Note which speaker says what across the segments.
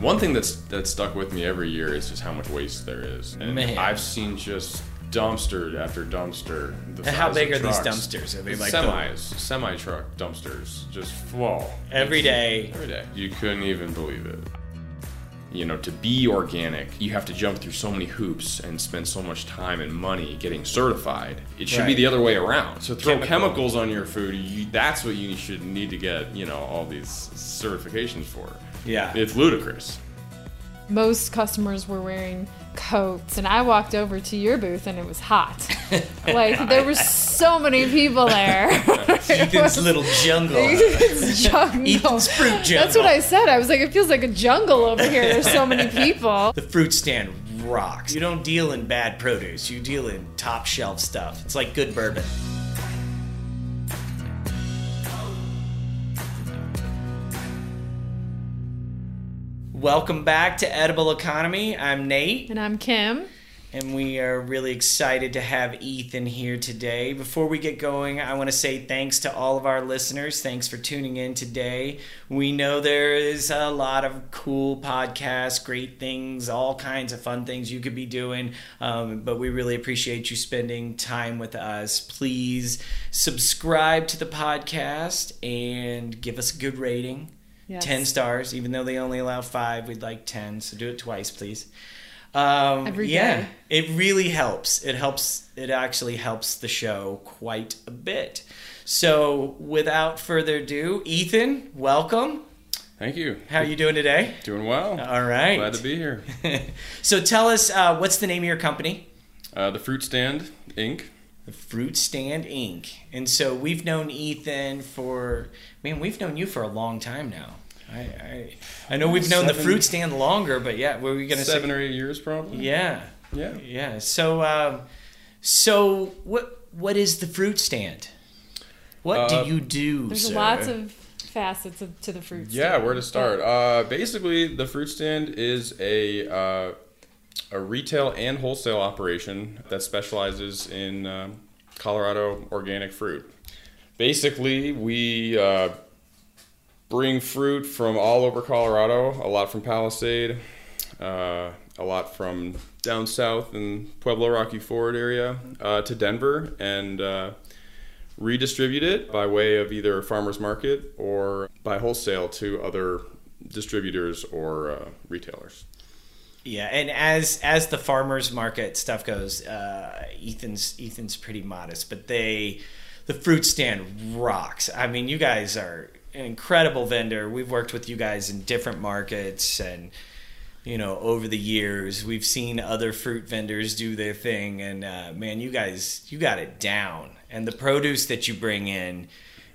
Speaker 1: One thing that's that's stuck with me every year is just how much waste there is. And
Speaker 2: Man.
Speaker 1: I've seen just dumpster after dumpster. The
Speaker 2: And how
Speaker 1: size
Speaker 2: big
Speaker 1: of
Speaker 2: are these
Speaker 1: trucks.
Speaker 2: dumpsters? Are they like the-
Speaker 1: semis, semi truck dumpsters, just full
Speaker 2: Every day.
Speaker 1: every day. You couldn't even believe it. You know, to be organic, you have to jump through so many hoops and spend so much time and money getting certified. It should be
Speaker 2: Right.
Speaker 1: the other way around. So throw
Speaker 2: Chemical.
Speaker 1: chemicals on your food. You, that's what you should need to get. You know, all these certifications for.
Speaker 2: Yeah.
Speaker 1: it's ludicrous.
Speaker 3: Most customers were wearing coats, and I walked over to your booth and it was hot. like there were so many people there.
Speaker 2: Ethan's
Speaker 3: It was-
Speaker 2: little jungle.
Speaker 3: Ethan's jungle.
Speaker 2: Ethan's fruit jungle.
Speaker 3: That's what I said. I was like, it feels like a jungle over here. There's so many people.
Speaker 2: The fruit stand rocks. You don't deal in bad produce, you deal in top shelf stuff. It's like good bourbon. Welcome back to Edible Economy. I'm Nate,
Speaker 3: And I'm Kim.
Speaker 2: and we are really excited to have Ethan here today. Before we get going, I want to say thanks to all of our listeners. Thanks for tuning in today. We know there is a lot of cool podcasts, great things, all kinds of fun things you could be doing, um, but we really appreciate you spending time with us. Please subscribe to the podcast and give us a good rating.
Speaker 3: Yes.
Speaker 2: 10 stars, even though they only allow five, we'd like 10, so do it twice, please. Um,
Speaker 3: Every
Speaker 2: yeah,
Speaker 3: day.
Speaker 2: it really helps. It helps. It actually helps the show quite a bit. So, without further ado, Ethan, welcome.
Speaker 1: Thank you.
Speaker 2: How are you doing today?
Speaker 1: Doing well.
Speaker 2: All right.
Speaker 1: Glad to be here.
Speaker 2: so, tell us uh, what's the name of your company?
Speaker 1: Uh, the Fruit Stand Inc.
Speaker 2: The Fruit Stand Inc. And so, we've known Ethan for man, we've known you for a long time now. I I, I know we've known the
Speaker 1: Seven-
Speaker 2: Fruit Stand longer, but yeah, were we gonna say?
Speaker 1: Seven or eight years probably.
Speaker 2: Yeah,
Speaker 1: Yeah.
Speaker 2: yeah. So, um, so what what is the fruit stand? What
Speaker 1: Uh,
Speaker 2: do you do?
Speaker 3: There's
Speaker 2: sir?
Speaker 3: lots of facets of, to the fruit.
Speaker 1: Yeah,
Speaker 3: stand.
Speaker 1: where to start? Uh, basically, the fruit stand is a uh, a retail and wholesale operation that specializes in um, Colorado organic fruit. Basically, we uh, bring fruit from all over Colorado. A lot from Palisade, uh, a lot from down south in Pueblo Rocky Ford area uh, to Denver, and uh, redistribute it by way of either a farmers market or by wholesale to other distributors or uh, retailers.
Speaker 2: Yeah, and as as the farmers market stuff goes, uh, Ethan's Ethan's pretty modest, but they the fruit stand rocks. I mean, you guys are an incredible vendor. We've worked with you guys in different markets and you know over the years we've seen other fruit vendors do their thing and uh, man you guys you got it down and the produce that you bring in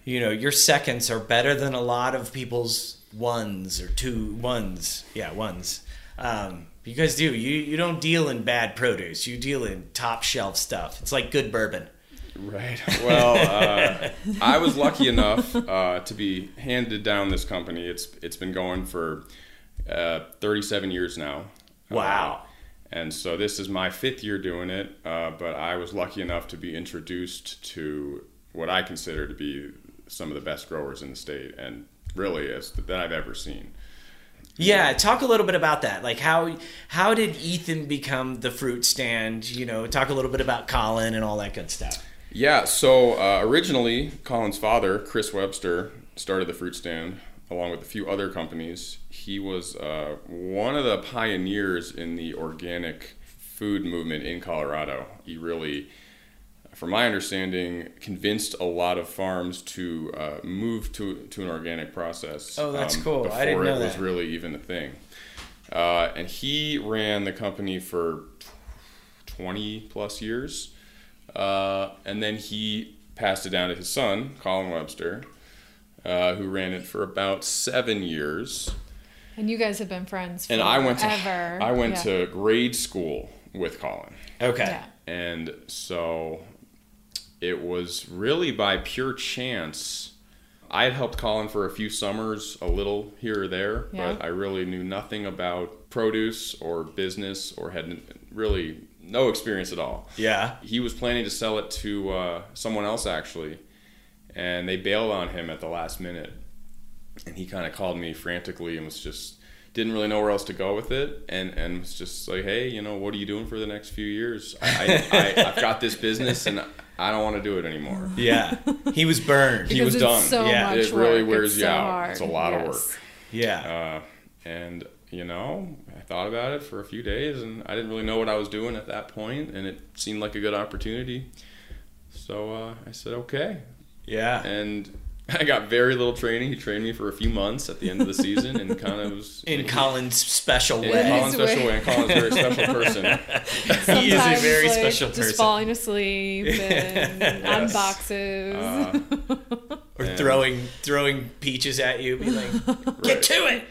Speaker 2: you know your seconds are better than a lot of people's ones or two ones yeah ones um, you guys do you you don't deal in bad produce you deal in top shelf stuff it's like good bourbon
Speaker 1: Right. Well, uh, I was lucky enough uh, to be handed down this company. It's it's been going for uh, 37 years now.
Speaker 2: Wow.
Speaker 1: Uh, and so this is my fifth year doing it, uh, but I was lucky enough to be introduced to what I consider to be some of the best growers in the state, and really is that I've ever seen.
Speaker 2: yeah talk a little bit about that like how how did ethan become the fruit stand you know talk a little bit about colin and all that good stuff
Speaker 1: Yeah, so uh, originally, Colin's father, Chris Webster, started the fruit stand along with a few other companies. He was uh, one of the pioneers in the organic food movement in Colorado. He really, from my understanding, convinced a lot of farms to uh, move to, to an organic process. um,
Speaker 2: Oh, that's cool. I didn't
Speaker 1: before
Speaker 2: know
Speaker 1: it was
Speaker 2: that.
Speaker 1: really even a thing. Uh, and he ran the company for 20 plus years. Uh, and then he passed it down to his son, Colin Webster, uh, who ran it for about seven years.
Speaker 3: And you guys have been friends.
Speaker 1: And I went to
Speaker 3: forever.
Speaker 1: I went
Speaker 3: Yeah.
Speaker 1: to grade school with Colin,
Speaker 2: okay
Speaker 3: Yeah.
Speaker 1: and so it was really by pure chance. I had helped Colin for a few summers, a little here or there,
Speaker 3: Yeah.
Speaker 1: but I really knew nothing about produce or business or had really no experience at all.
Speaker 2: yeah
Speaker 1: he was planning to sell it to uh, someone else actually, and they bailed on him at the last minute. And he kind of called me frantically and was just didn't really know where else to go with it, and and was just like, hey, you know, what are you doing for the next few years? I, I, I I've got this business, and I don't want to do it anymore.
Speaker 2: Yeah, he was burned.
Speaker 1: He was
Speaker 3: Because it's
Speaker 1: done.
Speaker 3: So
Speaker 2: Yeah,
Speaker 3: much
Speaker 1: it really
Speaker 3: work.
Speaker 1: wears
Speaker 3: It's
Speaker 1: you
Speaker 3: so
Speaker 1: out.
Speaker 3: Hard.
Speaker 1: It's a lot of
Speaker 3: Yes.
Speaker 1: work.
Speaker 2: yeah,
Speaker 1: Uh, and you know, I thought about it for a few days, and I didn't really know what I was doing at that point, and it seemed like a good opportunity. So uh, I said, okay,
Speaker 2: yeah.
Speaker 1: and I got very little training. He trained me for a few months at the end of the season, and kind of was
Speaker 2: In Colin's special
Speaker 1: in
Speaker 2: way.
Speaker 1: Colin's
Speaker 3: His way.
Speaker 1: special way. And Colin's a very special person.
Speaker 2: he is a
Speaker 3: Sometimes,
Speaker 2: very
Speaker 3: like,
Speaker 2: special
Speaker 3: just
Speaker 2: person.
Speaker 3: falling asleep and
Speaker 2: Yes.
Speaker 3: unboxes.
Speaker 1: Uh,
Speaker 2: or
Speaker 1: And-
Speaker 2: throwing throwing peaches at you, be like,
Speaker 1: Right.
Speaker 2: get to it.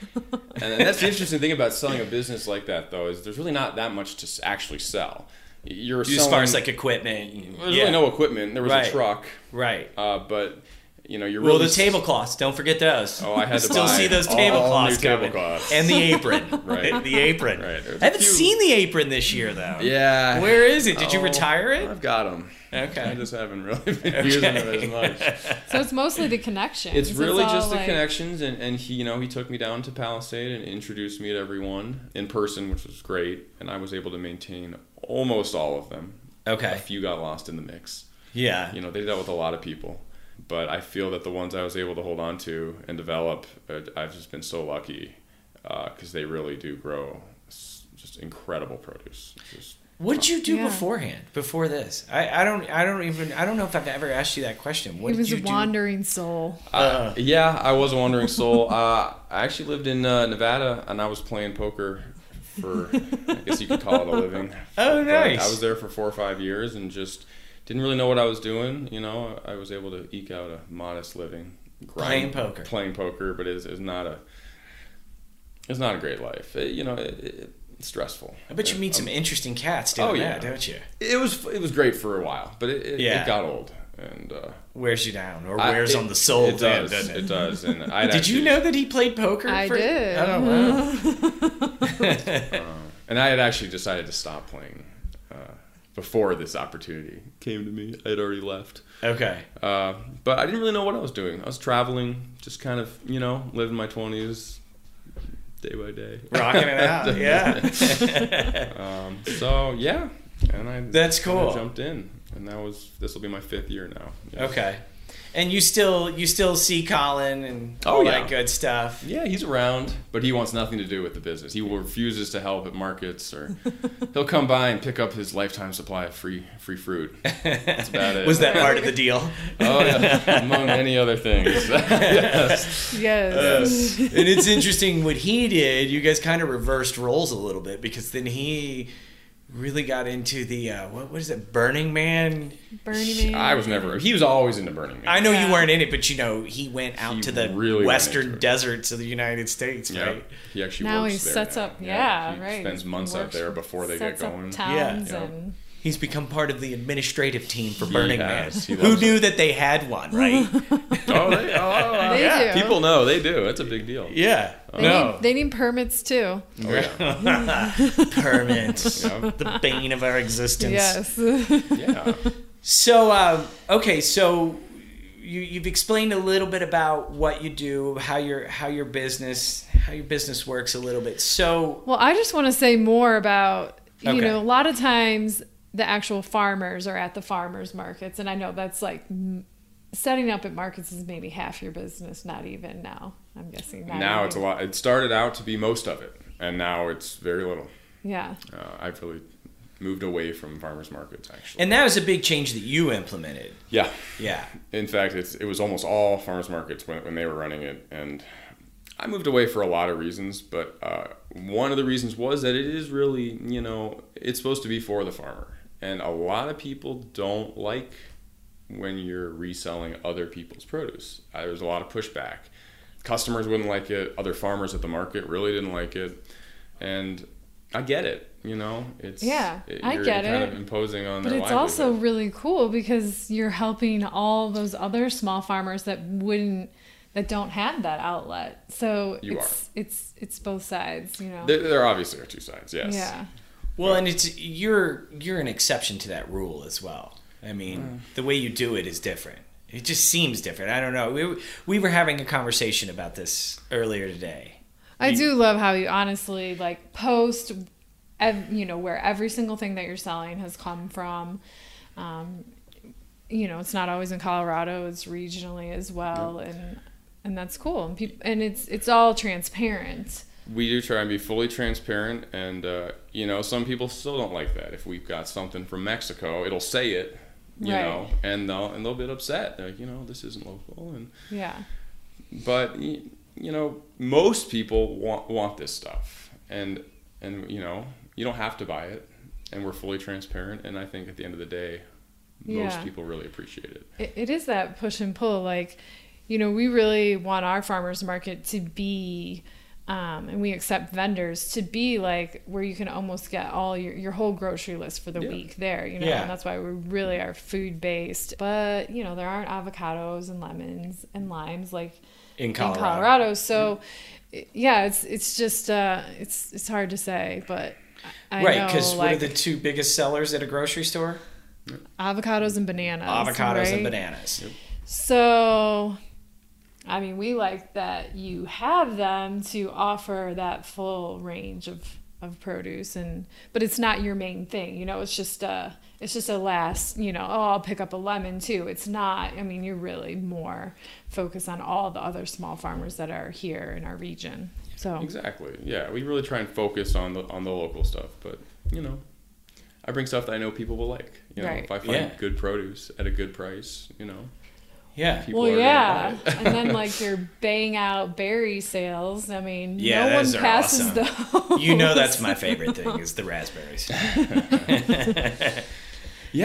Speaker 1: and that's the interesting thing about selling a business like that, though, is there's really not that much to s- actually sell. You're
Speaker 2: As
Speaker 1: selling,
Speaker 2: far as like equipment, and-
Speaker 1: there's
Speaker 2: yeah,
Speaker 1: really no equipment. There was
Speaker 2: Right.
Speaker 1: a truck,
Speaker 2: right.
Speaker 1: uh, but you know, you're
Speaker 2: Well,
Speaker 1: really
Speaker 2: the tablecloths. Don't forget those.
Speaker 1: Oh, I had to
Speaker 2: still
Speaker 1: buy
Speaker 2: see those
Speaker 1: all
Speaker 2: tablecloths
Speaker 1: new
Speaker 2: coming,
Speaker 1: tablecloths.
Speaker 2: and the apron.
Speaker 1: Right.
Speaker 2: the apron.
Speaker 1: Right. There's
Speaker 2: I haven't
Speaker 1: a few-
Speaker 2: seen the apron this year though.
Speaker 1: Yeah.
Speaker 2: Where is it? Did you
Speaker 1: Oh,
Speaker 2: retire it?
Speaker 1: I've got them. I
Speaker 2: Okay.
Speaker 1: just haven't really been using them as much.
Speaker 3: so it's mostly the connections.
Speaker 1: It's really
Speaker 3: all,
Speaker 1: just the
Speaker 3: like,
Speaker 1: connections, and, and he, you know, he took me down to Palisade and introduced me to everyone in person, which was great, and I was able to maintain almost all of them. A
Speaker 2: Okay.
Speaker 1: few got lost in the mix.
Speaker 2: Yeah.
Speaker 1: You know, they dealt with a lot of people, but I feel that the ones I was able to hold on to and develop, uh, I've just been so lucky because they really do grow s- just incredible produce. It's Just,
Speaker 2: What did you do
Speaker 3: Yeah.
Speaker 2: beforehand? Before this, I, I don't I don't even I don't know if I've ever asked you that question. What
Speaker 3: He was
Speaker 2: did
Speaker 3: a
Speaker 2: you do?
Speaker 3: wandering soul.
Speaker 1: Uh, yeah, I was a wandering soul. Uh, I actually lived in uh, Nevada, and I was playing poker for, I guess you could call it a living.
Speaker 2: Oh,
Speaker 1: But
Speaker 2: nice.
Speaker 1: I was there for four or five years, and just didn't really know what I was doing. You know, I was able to eke out a modest living,
Speaker 2: Playing
Speaker 1: grind-
Speaker 2: poker.
Speaker 1: playing poker, but it's, it's not a, it's not a great life. It, you know, it, it, it's stressful.
Speaker 2: I bet you
Speaker 1: It-
Speaker 2: meet some interesting cats doing
Speaker 1: um, Oh,
Speaker 2: that,
Speaker 1: yeah.
Speaker 2: don't you?
Speaker 1: It was it was great for a while, but it, it,
Speaker 2: Yeah.
Speaker 1: it got old and. Uh,
Speaker 2: Wears you down or
Speaker 1: I-
Speaker 2: wears
Speaker 1: it-
Speaker 2: on the soul.
Speaker 1: It
Speaker 2: then,
Speaker 1: does.
Speaker 2: doesn't it?
Speaker 1: it does. And I
Speaker 2: Did you know that he played poker?
Speaker 3: I
Speaker 2: for-
Speaker 3: did.
Speaker 2: Oh wow.
Speaker 1: And I had actually decided to stop playing uh, before this opportunity came to me. I had already left.
Speaker 2: okay.
Speaker 1: Uh, but I didn't really know what I was doing. I was traveling, just kind of, you know, living my 20s day by day.
Speaker 2: Rocking it out. yeah.
Speaker 1: Um, so, yeah. And I
Speaker 2: That's
Speaker 1: kinda
Speaker 2: cool.
Speaker 1: jumped in. And that was, this will be my fifth year now. Yeah.
Speaker 2: Okay. And you still you still see Colin and all
Speaker 1: Oh, yeah.
Speaker 2: that good stuff.
Speaker 1: Yeah, he's around, but he wants nothing to do with the business. He will refuses to help at markets, or he'll come by and pick up his lifetime supply of free free fruit. That's about it.
Speaker 2: Was that part of the deal?
Speaker 1: Oh yeah, among many other things. yes.
Speaker 3: Yes.
Speaker 2: and it's interesting what he did. You guys kind of reversed roles a little bit because then he really got into the uh, what what is it Burning Man.
Speaker 3: Burning Man.
Speaker 1: I was never. He was always into Burning Man.
Speaker 2: I know you
Speaker 3: Yeah.
Speaker 2: weren't in it, but you know he went out
Speaker 1: He
Speaker 2: to the
Speaker 1: really went into
Speaker 2: western
Speaker 1: it.
Speaker 2: deserts of the United States,
Speaker 1: Yeah.
Speaker 2: right?
Speaker 1: He actually
Speaker 3: now
Speaker 1: works
Speaker 3: he
Speaker 1: there
Speaker 3: sets
Speaker 1: now.
Speaker 3: up. Yeah,
Speaker 1: he
Speaker 3: right.
Speaker 1: Spends months
Speaker 3: He
Speaker 1: out
Speaker 3: works-
Speaker 1: there before they get
Speaker 3: sets up
Speaker 1: going.
Speaker 3: Towns
Speaker 2: Yeah.
Speaker 3: and
Speaker 2: He's become part of the administrative team for Burning
Speaker 1: has.
Speaker 2: Man.
Speaker 1: He
Speaker 2: Who
Speaker 1: loves
Speaker 2: knew that they had one, right?
Speaker 1: Oh, they, oh uh,
Speaker 3: They
Speaker 2: Yeah.
Speaker 3: do.
Speaker 1: people know they do. That's a big deal.
Speaker 2: yeah.
Speaker 3: They, need, they need permits too.
Speaker 1: Oh, yeah.
Speaker 2: Permits.
Speaker 1: Yeah.
Speaker 2: The bane of our existence.
Speaker 3: Yes.
Speaker 1: yeah.
Speaker 2: So, um, okay, so you, you've explained a little bit about what you do, how your how your business how your business works a little bit. So,
Speaker 3: Well, I just want to say more about, you
Speaker 2: Okay.
Speaker 3: know, a lot of times the actual farmers are at the farmers markets. And I know that's like m- setting up at markets is maybe half your business, not even now. I'm guessing. not
Speaker 1: Now
Speaker 3: even.
Speaker 1: it's a lot. It started out to be most of it, and now it's very little.
Speaker 3: Yeah.
Speaker 1: Uh, I've really moved away from farmers markets actually.
Speaker 2: and that was a big change that you implemented.
Speaker 1: yeah.
Speaker 2: Yeah.
Speaker 1: In fact, it's, it was almost all farmers markets when, when they were running it, and I moved away for a lot of reasons. But uh, one of the reasons was that it is really, you know, it's supposed to be for the farmer, and a lot of people don't like when you're reselling other people's produce. Uh, there was a lot of pushback. Customers wouldn't like it. Other farmers at the market really didn't like it, and I get it. You know, it's
Speaker 3: Yeah, I
Speaker 1: you're
Speaker 3: get
Speaker 1: kind
Speaker 3: it.
Speaker 1: of imposing on
Speaker 3: But
Speaker 1: their
Speaker 3: it's also
Speaker 1: livelihood.
Speaker 3: really cool because you're helping all those other small farmers that wouldn't that don't have that outlet. So
Speaker 1: You
Speaker 3: it's it's it's both sides, you know.
Speaker 1: there, there obviously are two sides. Yes.
Speaker 3: yeah.
Speaker 2: Well, and it's you're you're an exception to that rule as well. I mean,
Speaker 3: Mm.
Speaker 2: the way you do it is different. It just seems different. I don't know. We we were having a conversation about this earlier today.
Speaker 3: I do love how you honestly like post, ev- you know, where every single thing that you're selling has come from. Um, you know, it's not always in Colorado; it's regionally as well, and and that's cool. And peop- and it's it's all transparent.
Speaker 1: we do try and be fully transparent and uh, you know some people still don't like that if we've got something from mexico it'll say it you
Speaker 3: Right.
Speaker 1: know and they'll and they'll get upset They're like you know this isn't local and
Speaker 3: Yeah,
Speaker 1: but y- you know most people want want this stuff and and you know you don't have to buy it and we're fully transparent and i think at the end of the day most
Speaker 3: Yeah.
Speaker 1: people really appreciate it
Speaker 3: it, it is that push and pull. Like, you know, we really want our farmers market to be. Um, and we accept vendors to be like where you can almost get all your, your whole grocery list for the
Speaker 1: Yeah.
Speaker 3: week there, you know,
Speaker 2: Yeah.
Speaker 3: and that's why we really are food based. But, you know, there aren't avocados and lemons and limes like
Speaker 2: in Colorado.
Speaker 3: in Colorado. So, i- yeah, it's it's just, uh, it's it's hard to say, but I I
Speaker 2: Right,
Speaker 3: know,
Speaker 2: because what are
Speaker 3: like,
Speaker 2: the two biggest sellers at a grocery store?
Speaker 3: avocados and bananas.
Speaker 2: Avocados
Speaker 3: right?
Speaker 2: and bananas.
Speaker 3: So, I mean, we like that you have them to offer that full range of of produce, and but it's not your main thing. You know, it's just a it's just a last. You know, oh, I'll pick up a lemon too. It's not. I mean, you're really more focused on all the other small farmers that are here in our region. So,
Speaker 1: exactly yeah we really try and focus on the on the local stuff but you know i bring stuff that i know people will like you know
Speaker 3: Right.
Speaker 1: if i find
Speaker 2: Yeah.
Speaker 1: good produce at a good price you know
Speaker 2: Yeah.
Speaker 1: people
Speaker 3: well,
Speaker 1: are
Speaker 3: yeah,
Speaker 1: gonna buy it.
Speaker 3: and then like your bang out berry sales. I mean,
Speaker 2: Yeah,
Speaker 3: no one
Speaker 2: those are
Speaker 3: passes those.
Speaker 2: You know that's my favorite thing is the raspberries.
Speaker 1: yeah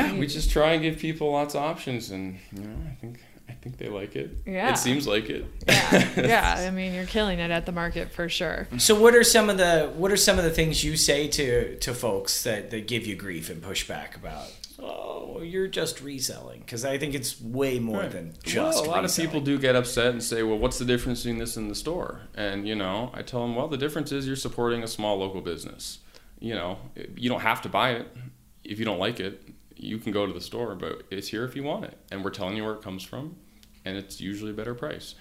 Speaker 3: Mm-hmm.
Speaker 1: we just try and give people lots of options and you know i think i think they like it
Speaker 3: Yeah.
Speaker 1: it seems like it
Speaker 3: yeah, yeah. I mean, you're killing it at the market for sure.
Speaker 2: So what are some of the what are some of the things you say to to folks that that give you grief and pushback about? Oh, you're just reselling because I think it's way more than just.
Speaker 1: well, a lot
Speaker 2: reselling.
Speaker 1: of people do get upset and say, "Well, what's the difference between this and the store?" And you know, I tell them, "Well, the difference is you're supporting a small local business. You know, you don't have to buy it if you don't like it. You can go to the store, but it's here if you want it, and we're telling you where it comes from, and it's usually a better price."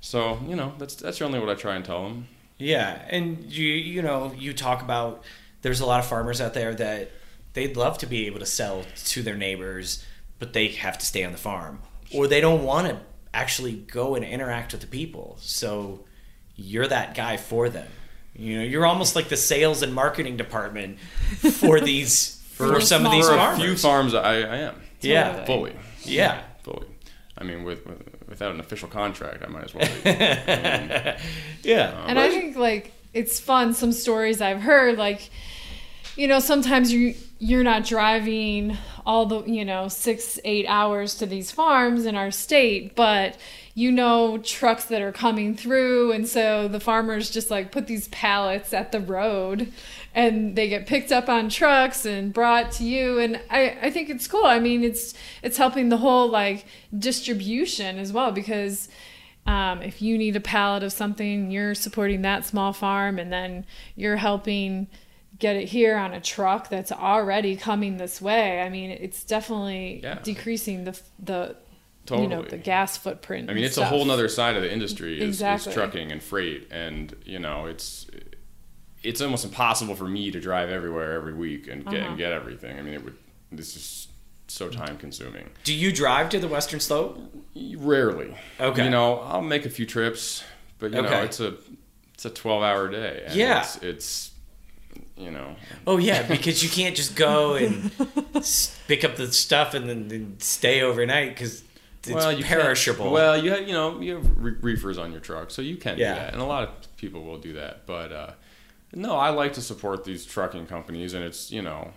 Speaker 1: So you know, that's that's generally what I try and tell them.
Speaker 2: Yeah, and you you know you talk about there's a lot of farmers out there that they'd love to be able to sell to their neighbors, but they have to stay on the farm or they don't want to actually go and interact with the people. So you're that guy for them. You know, you're almost like the sales and marketing department for these for,
Speaker 3: For
Speaker 2: some of
Speaker 3: small
Speaker 2: these
Speaker 1: For
Speaker 2: farmers.
Speaker 1: a few farms, I, I am
Speaker 2: yeah,
Speaker 3: Totally.
Speaker 1: fully,
Speaker 2: yeah.
Speaker 1: fully. I mean, with, with without an official contract, I might as well. be.
Speaker 2: Yeah.
Speaker 3: And I think like it's fun. Some stories I've heard, like you know, sometimes you you're not driving all the you know six eight hours to these farms in our state, but you know trucks that are coming through, and so the farmers just like put these pallets at the road, and they get picked up on trucks and brought to you. And I I think it's cool. I mean, it's it's helping the whole like distribution as well because um, if you need a pallet of something, you're supporting that small farm, and then you're helping get it here on a truck that's already coming this way. I mean, it's definitely
Speaker 1: Yeah.
Speaker 3: decreasing the the you know
Speaker 1: Totally.
Speaker 3: the gas footprint.
Speaker 1: I mean,
Speaker 3: and
Speaker 1: it's
Speaker 3: stuff.
Speaker 1: a whole nother side of the industry is,
Speaker 3: Exactly.
Speaker 1: is trucking and freight, and you know, it's it's almost impossible for me to drive everywhere every week and get
Speaker 3: Uh-huh.
Speaker 1: and get everything. I mean, it would this is so time consuming.
Speaker 2: Do you drive to the Western Slope?
Speaker 1: Rarely,
Speaker 2: Okay.
Speaker 1: you know, I'll make a few trips, but you know,
Speaker 2: Okay.
Speaker 1: it's a it's a twelve hour day. And
Speaker 2: Yeah.
Speaker 1: it's, it's you know,
Speaker 2: Oh yeah, because you can't just go and s- pick up the stuff and then then stay overnight because it's
Speaker 1: can't-
Speaker 2: perishable.
Speaker 1: Well, you have you know you have re- reefers on your truck, so you can
Speaker 2: Yeah.
Speaker 1: do that, and a lot of people will do that. But uh, no, I like to support these trucking companies, and it's you know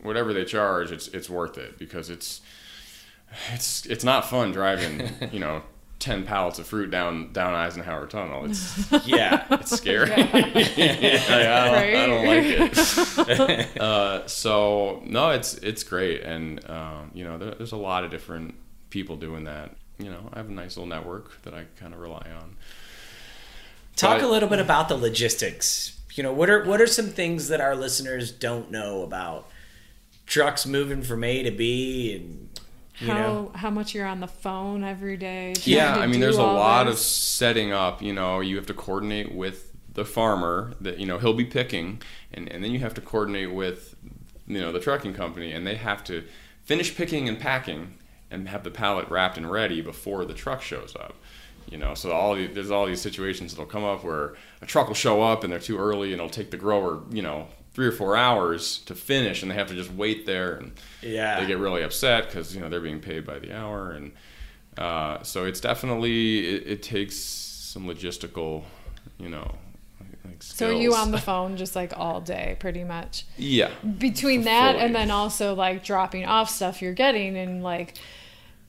Speaker 1: whatever they charge, it's it's worth it because it's it's it's not fun driving you know ten pallets of fruit down down Eisenhower Tunnel. It's
Speaker 2: yeah,
Speaker 1: it's scary. Yeah, I, don't, I don't like it. uh, so no, it's it's great, and um, you know, there, there's a lot of different people doing that. You know, I have a nice little network that I kind of rely on.
Speaker 2: talk a
Speaker 1: But-
Speaker 2: little bit about the logistics. You know, what are what are some things that our listeners don't know about trucks moving from A to B and you
Speaker 3: how
Speaker 2: know
Speaker 3: how much you're on the phone every day. trying
Speaker 1: Yeah,
Speaker 3: to
Speaker 1: I mean,
Speaker 3: do
Speaker 1: there's a
Speaker 3: all
Speaker 1: lot
Speaker 3: this.
Speaker 1: of setting up. You know, you have to coordinate with the farmer that you know he'll be picking, and and then you have to coordinate with you know the trucking company, and they have to finish picking and packing and have the pallet wrapped and ready before the truck shows up. You know, so all the, there's all these situations that'll come up where a truck will show up and they're too early and it'll take the grower you know three or four hours to finish, and they have to just wait there and
Speaker 2: Yeah.
Speaker 1: they get really upset because you know they're being paid by the hour and uh, so it's definitely it, it takes some logistical you know like skills.
Speaker 3: So are you um, on the phone just like all day, pretty much?
Speaker 1: yeah
Speaker 3: Between that
Speaker 1: Fully.
Speaker 3: and then also like dropping off stuff you're getting and like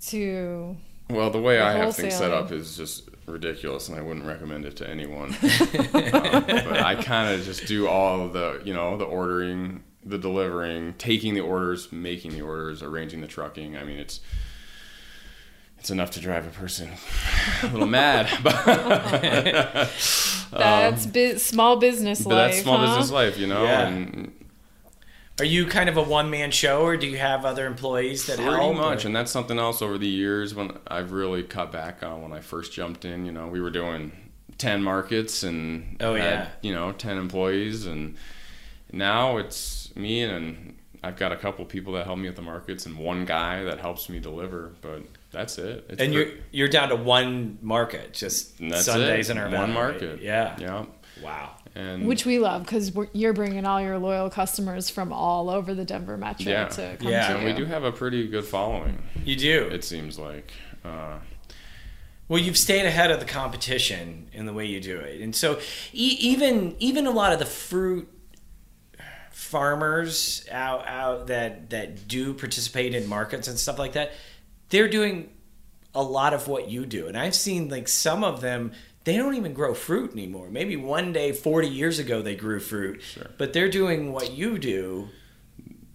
Speaker 3: to
Speaker 1: well the way i have things set
Speaker 3: wholesaling.
Speaker 1: up is just ridiculous and i wouldn't recommend it to anyone Um, but i kind of just do all the you know the ordering the delivering taking the orders making the orders arranging the trucking i mean it's it's enough to drive a person a little mad
Speaker 3: that's bu- small business
Speaker 1: Um, But
Speaker 3: life.
Speaker 1: that's small
Speaker 3: huh?
Speaker 1: business life, you know.
Speaker 2: Yeah.
Speaker 1: And
Speaker 2: Are you kind of a one man show, or do you have other employees that
Speaker 1: pretty
Speaker 2: help? or-
Speaker 1: much, and that's something else over the years when I've really cut back on. When I first jumped in, you know, we were doing ten markets and
Speaker 2: Oh, yeah.
Speaker 1: had, you know, ten employees, and now it's me and I've got a couple people that help me at the markets and one guy that helps me deliver, but that's it. It's
Speaker 2: and
Speaker 1: pre-
Speaker 2: you're you're down to one market, just
Speaker 1: and that's
Speaker 2: Sundays
Speaker 1: it.
Speaker 2: in our
Speaker 1: one
Speaker 2: valley.
Speaker 1: market.
Speaker 2: Yeah.
Speaker 1: yeah,
Speaker 2: Wow.
Speaker 1: and
Speaker 3: Which we love because you're bringing all your loyal customers from all over the Denver metro
Speaker 1: Yeah.
Speaker 3: to come
Speaker 2: Yeah,
Speaker 3: to
Speaker 1: and we
Speaker 3: you.
Speaker 1: do have a pretty good following.
Speaker 2: You do.
Speaker 1: It seems like. Uh,
Speaker 2: Well, you've stayed ahead of the competition in the way you do it, and so e- even even a lot of the fruit farmers out out that that do participate in markets and stuff like that, they're doing a lot of what you do, and I've seen like some of them. They don't even grow fruit anymore. Maybe one day, forty years ago, they grew fruit, but they're doing what you do,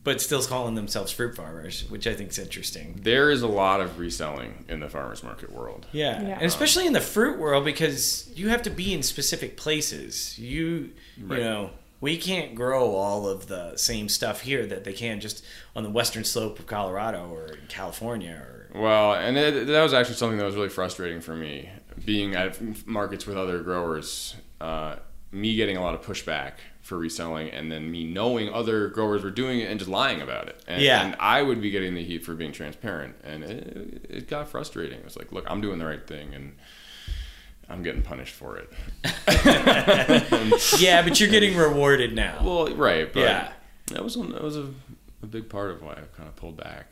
Speaker 2: but still calling themselves fruit farmers, which I think is interesting.
Speaker 1: there is a lot of reselling in the farmers market world.
Speaker 2: Yeah.
Speaker 3: Yeah.
Speaker 2: and especially in the fruit world because you have to be in specific places. You
Speaker 1: Right.
Speaker 2: you know we can't grow all of the same stuff here that they can just on the western slope of Colorado or in California or
Speaker 1: Well, and it, that was actually something that was really frustrating for me, being at markets with other growers, uh, me getting a lot of pushback for reselling, and then me knowing other growers were doing it and just lying about it. And,
Speaker 2: Yeah.
Speaker 1: and I would be getting the heat for being transparent, and it, it got frustrating. It's like, look, I'm doing the right thing, and I'm getting punished for it.
Speaker 2: yeah, but you're getting rewarded now.
Speaker 1: Well, right, but
Speaker 2: Yeah.
Speaker 1: that was that was a, a big part of why I kind of pulled back.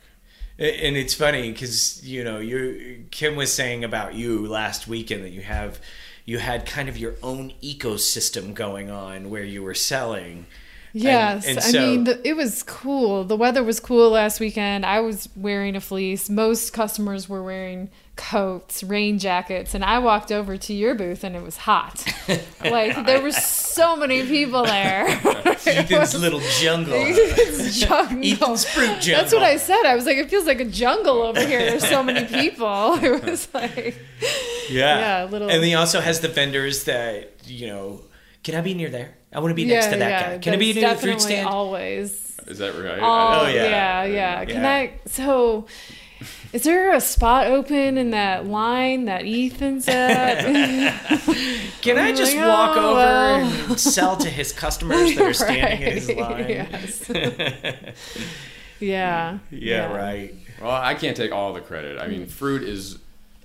Speaker 2: A- And it's funny because you know you Kim was saying about you last weekend that you have you had kind of your own ecosystem going on where you were selling.
Speaker 3: Yes,
Speaker 2: and
Speaker 3: I
Speaker 2: so-
Speaker 3: mean the, it was cool. The weather was cool last weekend. I was wearing a fleece. Most customers were wearing coats, rain jackets, and I walked over to your booth and it was hot. like there were so many people there. It
Speaker 2: Ethan's
Speaker 3: was-
Speaker 2: little jungle.
Speaker 3: Ethan's jungle.
Speaker 2: Ethan's fruit jungle.
Speaker 3: That's what I said. I was like, it feels like a jungle over here. There's so many people. It was like,
Speaker 2: Yeah.
Speaker 3: Yeah, a little-
Speaker 2: And he also has the vendors that, you know, can I be near there? I want to be next
Speaker 3: yeah,
Speaker 2: to that
Speaker 3: yeah.
Speaker 2: guy. Can I be
Speaker 3: that's
Speaker 2: near the fruit
Speaker 3: definitely
Speaker 2: stand?
Speaker 3: Always.
Speaker 1: Is that right?
Speaker 3: Oh,
Speaker 1: I- I-
Speaker 2: yeah.
Speaker 3: yeah. yeah, Can
Speaker 2: Yeah.
Speaker 3: I? So, is there a spot open in that line that Ethan's at?
Speaker 2: can I just
Speaker 3: like,
Speaker 2: walk
Speaker 3: "Oh,
Speaker 2: over
Speaker 3: well."
Speaker 2: and sell to his customers that are standing in his
Speaker 3: Right,
Speaker 2: line?
Speaker 3: yes. yeah.
Speaker 2: yeah, right.
Speaker 1: Well, I can't take all the credit. I mean, fruit is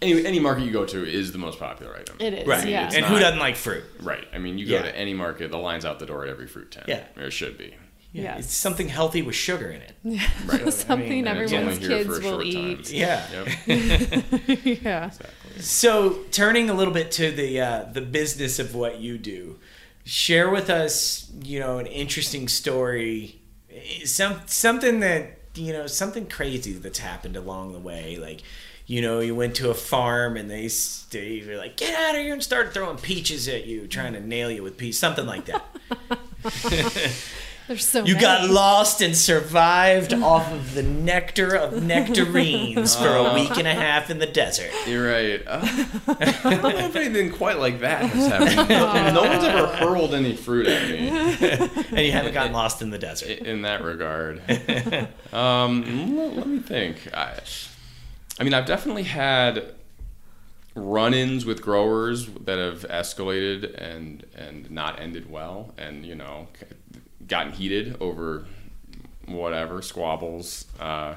Speaker 1: any any market you go to is the most popular item.
Speaker 3: It is.
Speaker 2: Right.
Speaker 3: Yeah.
Speaker 2: And
Speaker 1: It's
Speaker 2: who
Speaker 1: not-
Speaker 2: doesn't like fruit?
Speaker 1: Right. I mean, you go
Speaker 2: Yeah.
Speaker 1: to any market, the line's out the door at every fruit tent.
Speaker 2: Yeah.
Speaker 1: Or it should be.
Speaker 3: Yes.
Speaker 2: It's something healthy with sugar in it.
Speaker 3: Something
Speaker 2: I mean,
Speaker 1: it's
Speaker 3: everyone's
Speaker 1: only here for
Speaker 3: kids
Speaker 1: a
Speaker 3: will
Speaker 1: short time.
Speaker 3: eat.
Speaker 2: Yeah.
Speaker 1: Yep.
Speaker 3: yeah.
Speaker 2: So, turning a little bit to the uh, the business of what you do, share with us, you know, an interesting story, eh, some something that you know, something crazy that's happened along the way. Like, you know, you went to a farm and they s- they were like, "Get out of here!" and started throwing peaches at you, trying to nail you with peaches, something like that.
Speaker 3: There's so
Speaker 2: You
Speaker 3: many.
Speaker 2: got lost and survived off of the nectar of nectarines for a week and a half in the desert.
Speaker 1: You're right. Uh, I don't know if anything quite like that has happened. no one's ever hurled any fruit at me
Speaker 2: and you haven't gotten lost in the desert.
Speaker 1: i- in that regard. Um, l- let me think. I, I mean, I've definitely had run-ins with growers that have escalated and and not ended well, and you know, gotten heated over whatever squabbles. Uh,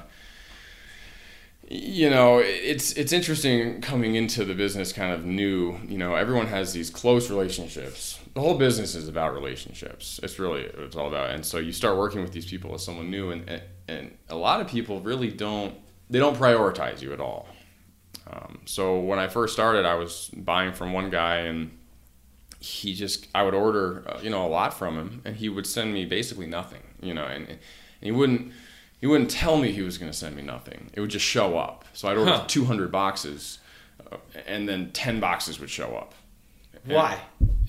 Speaker 1: you know, it's it's interesting coming into the business kind of new. You know, everyone has these close relationships. The whole business is about relationships. It's really it's all about. And so you start working with these people as someone new, and and, and a lot of people really don't they don't prioritize you at all. Um, so when I first started, I was buying from one guy, and he just I would order uh, you know a lot from him, and he would send me basically nothing. You know, and, and he wouldn't he wouldn't tell me he was going to send me nothing. It would just show up. So I'd order
Speaker 2: Huh.
Speaker 1: 200 boxes, uh, and then 10 boxes would show up. And-
Speaker 2: Why?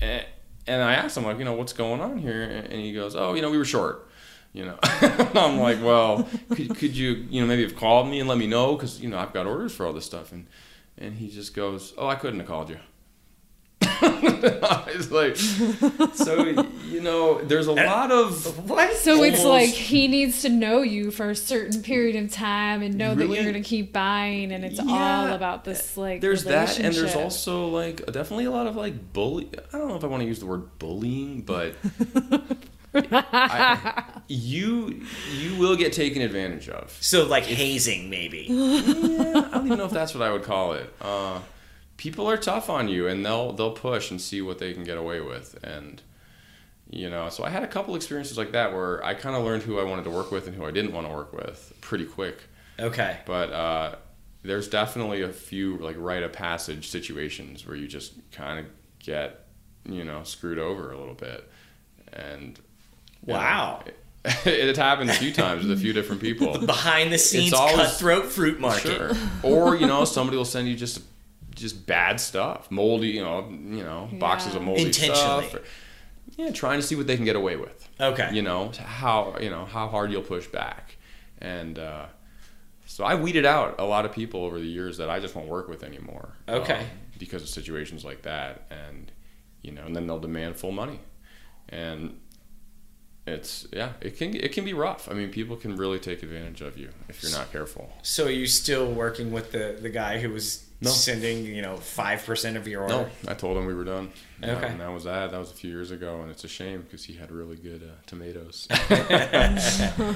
Speaker 1: And, and I asked him, like, you know, what's going on here? And he goes, oh, you know, we were short. You know, I'm like, well, could, could you, you know, maybe have called me and let me know? Because, you know, I've got orders for all this stuff. And, and he just goes, oh, I couldn't have called you. it's like, so, you know, there's a lot of
Speaker 2: What?
Speaker 3: So
Speaker 1: Almost-
Speaker 3: it's like he needs to know you for a certain period of time and know that
Speaker 1: Really?
Speaker 3: you're going to keep buying, and it's all
Speaker 1: Yeah.
Speaker 3: about this like.
Speaker 1: there's that and there's
Speaker 3: relationship.
Speaker 1: also like definitely a lot of like bully i don't know if i want to use the word bullying but I, you you will get taken advantage of
Speaker 2: So like hazing, maybe.
Speaker 1: yeah, i don't even know if that's what i would call it uh, people are tough on you and they'll they'll push and see what they can get away with and you know so i had a couple experiences like that where i kind of learned who i wanted to work with and who i didn't want to work with pretty quick
Speaker 2: Okay.
Speaker 1: but uh, there's definitely a few like rite of passage situations where you just kind of get you know screwed over a little bit and you know,
Speaker 2: Wow.
Speaker 1: it, it happened a few times with a few different people
Speaker 2: Behind the scenes,
Speaker 1: always-
Speaker 2: cutthroat fruit market.
Speaker 1: sure or you know somebody will send you just just bad stuff moldy you know you know boxes of
Speaker 3: Yeah.
Speaker 1: moldy
Speaker 2: Intentionally.
Speaker 1: stuff or- yeah trying to see what they can get away with
Speaker 2: Okay.
Speaker 1: you know how you know how hard you'll push back and uh, so i weeded out a lot of people over the years that i just won't work with anymore Um,
Speaker 2: Okay.
Speaker 1: because of situations like that and you know and then they'll demand full money and it's yeah it can it can be rough i mean people can really take advantage of you if you're not careful
Speaker 2: So are you still working with the the guy who was
Speaker 1: No.
Speaker 2: sending you know five percent of your
Speaker 1: no
Speaker 2: order?
Speaker 1: i told him we were done Yeah,
Speaker 2: Okay.
Speaker 1: and that was that that was a few years ago and it's a shame because he had really good uh, tomatoes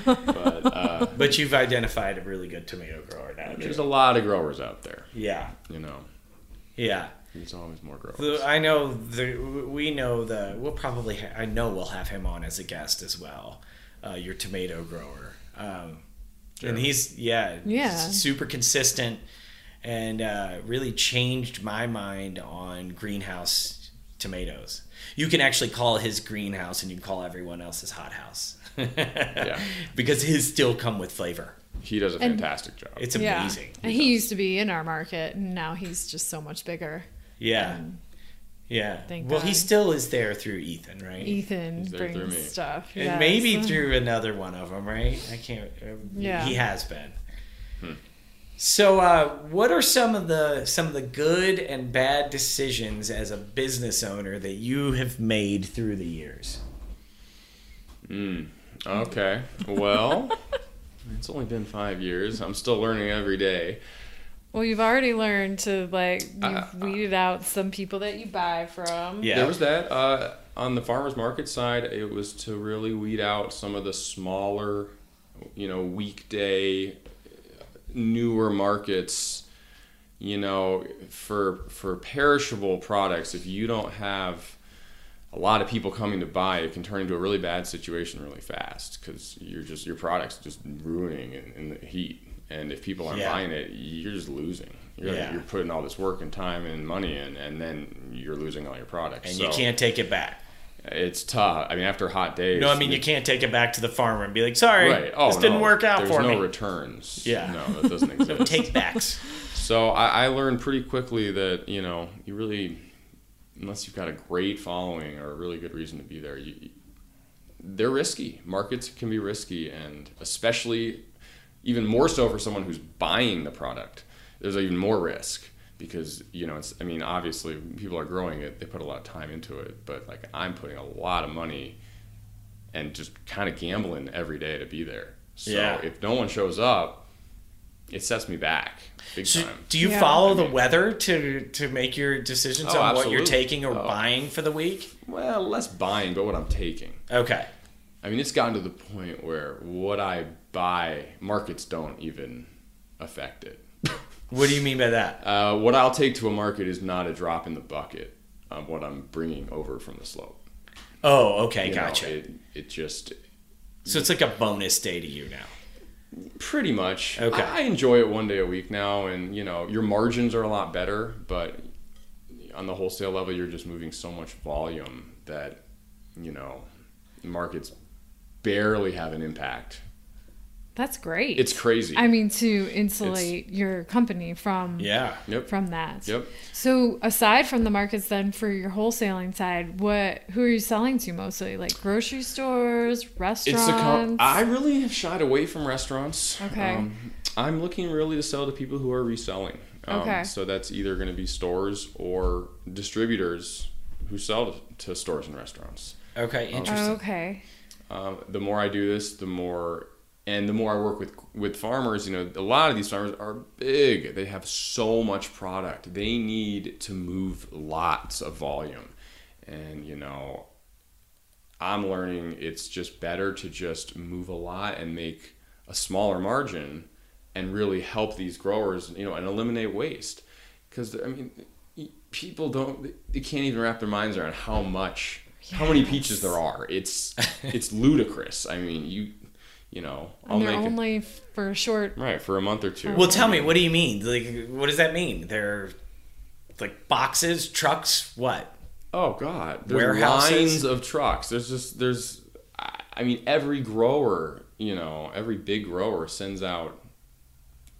Speaker 1: but uh,
Speaker 2: But you've identified a really good tomato grower now.
Speaker 1: there's
Speaker 2: Too.
Speaker 1: a lot of growers out there
Speaker 2: Yeah.
Speaker 1: you know
Speaker 2: Yeah.
Speaker 1: There's always more growers.
Speaker 2: The- I know the we know the we'll probably ha- I know we'll have him on as a guest as well. Uh, your tomato grower, um, and he's yeah
Speaker 3: Yeah.
Speaker 2: s- super consistent and uh, really changed my mind on greenhouse tomatoes. You can actually call his greenhouse and you can call everyone else's hothouse. yeah. Because his still come with flavor.
Speaker 1: he does a
Speaker 3: And-
Speaker 1: fantastic job.
Speaker 2: It's
Speaker 3: Yeah.
Speaker 2: amazing.
Speaker 3: And he used to be in our market, and now he's just so much bigger.
Speaker 2: Yeah. Yeah.
Speaker 3: Mm. Thank
Speaker 2: well, he
Speaker 3: God.
Speaker 2: still is there through Ethan, right?
Speaker 3: Ethan
Speaker 1: He's there through
Speaker 3: brings
Speaker 1: me.
Speaker 3: stuff.
Speaker 2: And
Speaker 3: yes.
Speaker 2: maybe through another one of them, right? I can't. uh,
Speaker 3: Yeah.
Speaker 2: He has been.
Speaker 1: Hmm.
Speaker 2: So, uh, what are some of the some of the good and bad decisions as a business owner that you have made through the years?
Speaker 1: okay. Well, it's only been five years. I'm still learning every day.
Speaker 3: Well, you've already learned to like you've
Speaker 1: Uh,
Speaker 3: weeded out some people that you buy from.
Speaker 2: Yeah.
Speaker 1: There was that. Uh, on the farmers market side, it was to really weed out some of the smaller, you know, weekday, newer markets. You know, for for perishable products, if you don't have a lot of people coming to buy, it can turn into a really bad situation really fast because you're just your product's just ruining in, in the heat, and if people aren't
Speaker 2: Yeah.
Speaker 1: buying it, you're just losing. You're,
Speaker 2: Yeah.
Speaker 1: you're putting all this work and time and money in, and then you're losing all your products.
Speaker 2: and
Speaker 1: So
Speaker 2: you can't take it back.
Speaker 1: It's tough. I mean, after hot days.
Speaker 2: No, I mean you can't take it back to the farmer and be like, "Sorry,
Speaker 1: Right. Oh,
Speaker 2: this didn't
Speaker 1: no.
Speaker 2: work out
Speaker 1: There's
Speaker 2: for
Speaker 1: no
Speaker 2: me."
Speaker 1: returns.
Speaker 2: Yeah.
Speaker 1: No, that doesn't exist.
Speaker 2: take backs.
Speaker 1: So I, I learned pretty quickly that you know you really, unless you've got a great following or a really good reason to be there, you, they're risky. Markets can be risky, and especially even more so for someone who's buying the product. There's even more risk because you know it's. I mean, obviously people are growing it; they put a lot of time into it. But like I'm putting a lot of money and just kind of gambling every day to be there. So
Speaker 2: Yeah.
Speaker 1: if no one shows up, it sets me back big
Speaker 2: So
Speaker 1: time.
Speaker 2: do you
Speaker 3: Yeah.
Speaker 2: follow
Speaker 1: I
Speaker 2: the
Speaker 1: mean-
Speaker 2: weather to to make your decisions
Speaker 1: Oh,
Speaker 2: on what you're
Speaker 1: absolutely.
Speaker 2: taking or
Speaker 1: Oh.
Speaker 2: buying for the week?
Speaker 1: Well, less buying, but what I'm taking.
Speaker 2: Okay.
Speaker 1: I mean, it's gotten to the point where what I buy, markets don't even affect it.
Speaker 2: What do you mean by that?
Speaker 1: Uh, what I'll take to a market is not a drop in the bucket of what I'm bringing over from the slope.
Speaker 2: Oh, okay,
Speaker 1: You know,
Speaker 2: gotcha.
Speaker 1: it, it just
Speaker 2: so it's like a bonus day to you now.
Speaker 1: pretty much.
Speaker 2: Okay.
Speaker 1: I I enjoy it one day a week now, and you know your margins are a lot better, but on the wholesale level, you're just moving so much volume that you know markets barely have an impact.
Speaker 3: That's great.
Speaker 1: It's crazy.
Speaker 3: I mean, to insulate your company from
Speaker 2: Yeah.
Speaker 1: yep.
Speaker 3: from that.
Speaker 1: Yep.
Speaker 3: So aside from the markets, then for your wholesaling side, what who are you selling to mostly? Like grocery stores, restaurants.
Speaker 1: It's a com- I really have shied away from restaurants.
Speaker 3: Okay.
Speaker 1: Um, I'm looking really to sell to people who are reselling. Um,
Speaker 3: Okay.
Speaker 1: So that's either going to be stores or distributors who sell to stores and restaurants.
Speaker 2: Okay, interesting.
Speaker 3: Oh, okay.
Speaker 1: Um, the more I do this, the more and the more I work with with farmers, you know, a lot of these farmers are big. They have so much product. They need to move lots of volume. And you know, I'm learning it's just better to just move a lot and make a smaller margin and really help these growers, you know, and eliminate waste. Cuz I mean, y- people don't they can't even wrap their minds around how much how many peaches there are. It's it's ludicrous. I mean, you you know, I'll
Speaker 3: And they're
Speaker 1: make it-
Speaker 3: only for a short.
Speaker 1: right for a month or two.
Speaker 2: Well, tell me, what do you mean? Like, what does that mean? They're like boxes, trucks, what?
Speaker 1: Oh God, there's
Speaker 2: Warehouses?
Speaker 1: lines of trucks. There's just there's, I I mean, every grower, you know, every big grower sends out.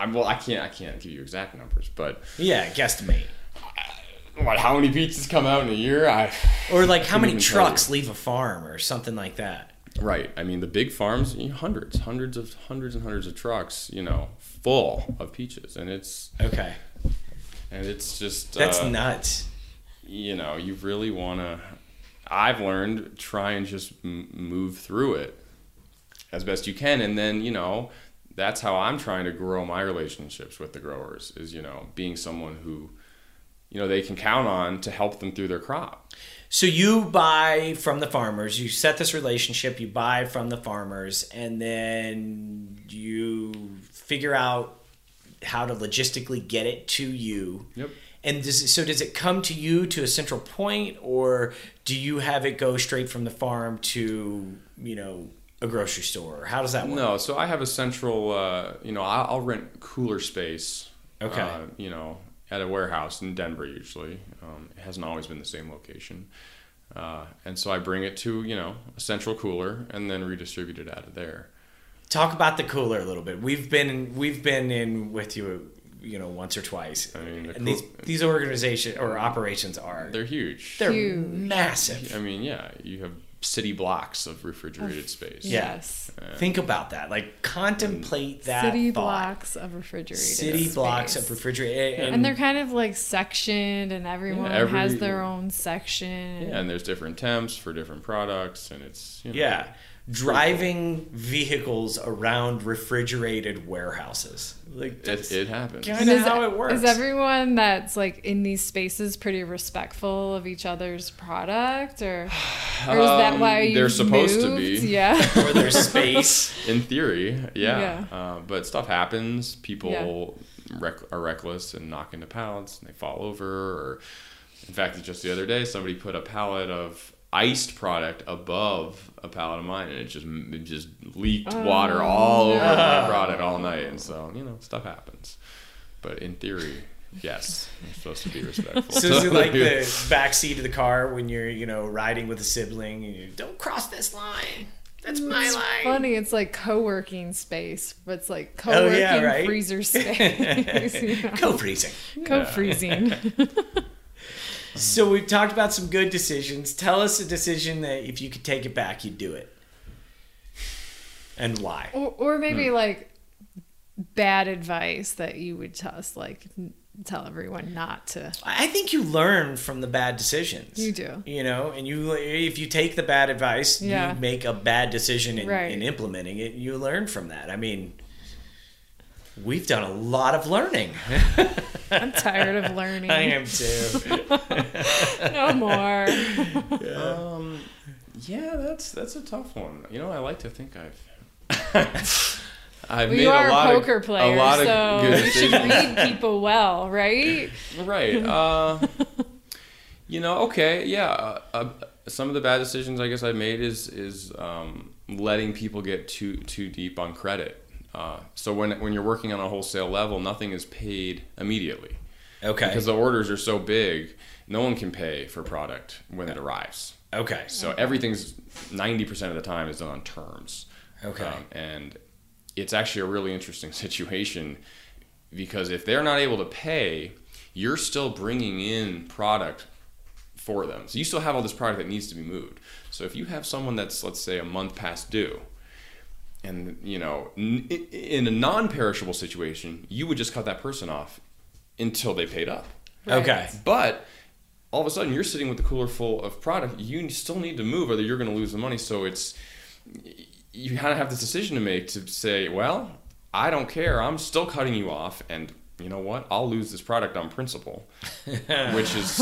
Speaker 1: I'm well, I can't I can't give you exact numbers, but
Speaker 2: Yeah, guesstimate.
Speaker 1: what? How many pizzas come out in a year? I
Speaker 2: Or like how
Speaker 1: Couldn't
Speaker 2: many
Speaker 1: even tell
Speaker 2: trucks leave a farm or something like that.
Speaker 1: right. I mean, the big farms, you know, hundreds, hundreds of hundreds and hundreds of trucks, you know, full of peaches, and it's
Speaker 2: Okay.
Speaker 1: and it's just
Speaker 2: That's
Speaker 1: uh,
Speaker 2: nuts.
Speaker 1: you know, you really want to. I've learned try and just m- move through it as best you can, and then you know, that's how I'm trying to grow my relationships with the growers. Is you know, being someone who, you know, they can count on to help them through their crop.
Speaker 2: So you buy from the farmers, you set this relationship, you buy from the farmers, and then you figure out how to logistically get it to you.
Speaker 1: Yep.
Speaker 2: And does, so does it come to you to a central point or do you have it go straight from the farm to, you know, a grocery store? How does that work?
Speaker 1: No, so I have a central. Uh, you know, I- I'll rent cooler space.
Speaker 2: Okay.
Speaker 1: uh, you know, at a warehouse in Denver usually. Um, it hasn't always been the same location. Uh, and so I bring it to you know a central cooler and then redistribute it out of there.
Speaker 2: Talk about the cooler a little bit. We've been we've been in with you, you know, once or twice.
Speaker 1: I mean, the
Speaker 2: and these
Speaker 1: cool-
Speaker 2: these organization or operations are
Speaker 1: They're huge.
Speaker 2: They're
Speaker 3: Huge.
Speaker 2: massive.
Speaker 1: I mean, yeah, you have city blocks of refrigerated space.
Speaker 2: Yeah.
Speaker 3: Yes.
Speaker 2: Think about that. Like contemplate that
Speaker 3: City
Speaker 2: thought.
Speaker 3: blocks of refrigerated.
Speaker 2: city
Speaker 3: space.
Speaker 2: blocks of refrigerator, and,
Speaker 3: And they're kind of like sectioned, and everyone
Speaker 1: every-
Speaker 3: has their own section.
Speaker 1: Yeah, and there's different temps for different products, and it's you know,
Speaker 2: yeah, driving vehicles around refrigerated warehouses. Like
Speaker 1: it,
Speaker 2: that's
Speaker 1: it happens.
Speaker 2: kinda
Speaker 3: And is-
Speaker 2: how it works.
Speaker 3: Is everyone that's like in these spaces pretty respectful of each other's product, or, or is that
Speaker 1: Um,
Speaker 3: why you
Speaker 1: they're supposed to
Speaker 3: moved?
Speaker 1: be.
Speaker 3: Yeah.
Speaker 2: or there's space.
Speaker 1: In theory, yeah. Uh, but stuff happens. People rec- are reckless and knock into pallets and they fall over. Or, in fact, just the other day, somebody put a pallet of iced product above a pallet of mine, and it just it just leaked water all over my product all night. And so, you know, stuff happens. But in theory, yes, you're supposed to be respectful.
Speaker 2: So is it like
Speaker 1: there
Speaker 2: the back seat of the car when you're, you know, riding with a sibling and you don't cross this line. That's my
Speaker 3: It's
Speaker 2: line.
Speaker 3: funny. It's like co-working space, but it's like
Speaker 2: Oh,
Speaker 3: co-working
Speaker 2: yeah, right?
Speaker 3: freezer space. you know?
Speaker 2: Co freezing.
Speaker 3: Co-freezing.
Speaker 2: So we've talked about some good decisions. Tell us a decision that if you could take it back, you'd do it. And why?
Speaker 3: or, or maybe
Speaker 1: Hmm.
Speaker 3: like bad advice that you would tell us, like n- tell everyone not to.
Speaker 2: I think you learn from the bad decisions.
Speaker 3: You do.
Speaker 2: You know, and you if you take the bad advice,
Speaker 3: Yeah.
Speaker 2: you make a bad decision in,
Speaker 3: Right.
Speaker 2: in implementing it, you learn from that. I mean, We've done a lot of learning.
Speaker 3: I'm tired of learning.
Speaker 2: I am too.
Speaker 3: No more.
Speaker 1: Um, yeah, that's that's a tough one. You know, I like to think I've I've
Speaker 3: Well,
Speaker 1: made
Speaker 3: you are
Speaker 1: a
Speaker 3: a
Speaker 1: lot
Speaker 3: poker
Speaker 1: of
Speaker 3: player,
Speaker 1: a lot
Speaker 3: so
Speaker 1: of good
Speaker 3: you should
Speaker 1: decisions.
Speaker 3: read people well, right?
Speaker 1: Right. Uh, you know. Okay. Yeah. Uh, uh, some of the bad decisions I guess I made is is um, letting people get too too deep on credit. Uh, so when when you're working on a wholesale level, nothing is paid immediately
Speaker 2: Okay.
Speaker 1: because the orders are so big. No one can pay for product when it arrives.
Speaker 2: okay.
Speaker 1: So everything's ninety percent of the time is done on terms. Um,
Speaker 2: Okay.
Speaker 1: and it's actually a really interesting situation because if they're not able to pay, you're still bringing in product for them. So you still have all this product that needs to be moved. So if you have someone that's let's say a month past due, and you know, n- i- in a non-perishable situation, you would just cut that person off until they paid up.
Speaker 2: Okay.
Speaker 1: But all of a sudden, you're sitting with a cooler full of product. You still need to move, or you're going to lose the money. So it's you kind of have this decision to make to say, well, I don't care. I'm still cutting you off, and you know what? I'll lose this product on principle, which is,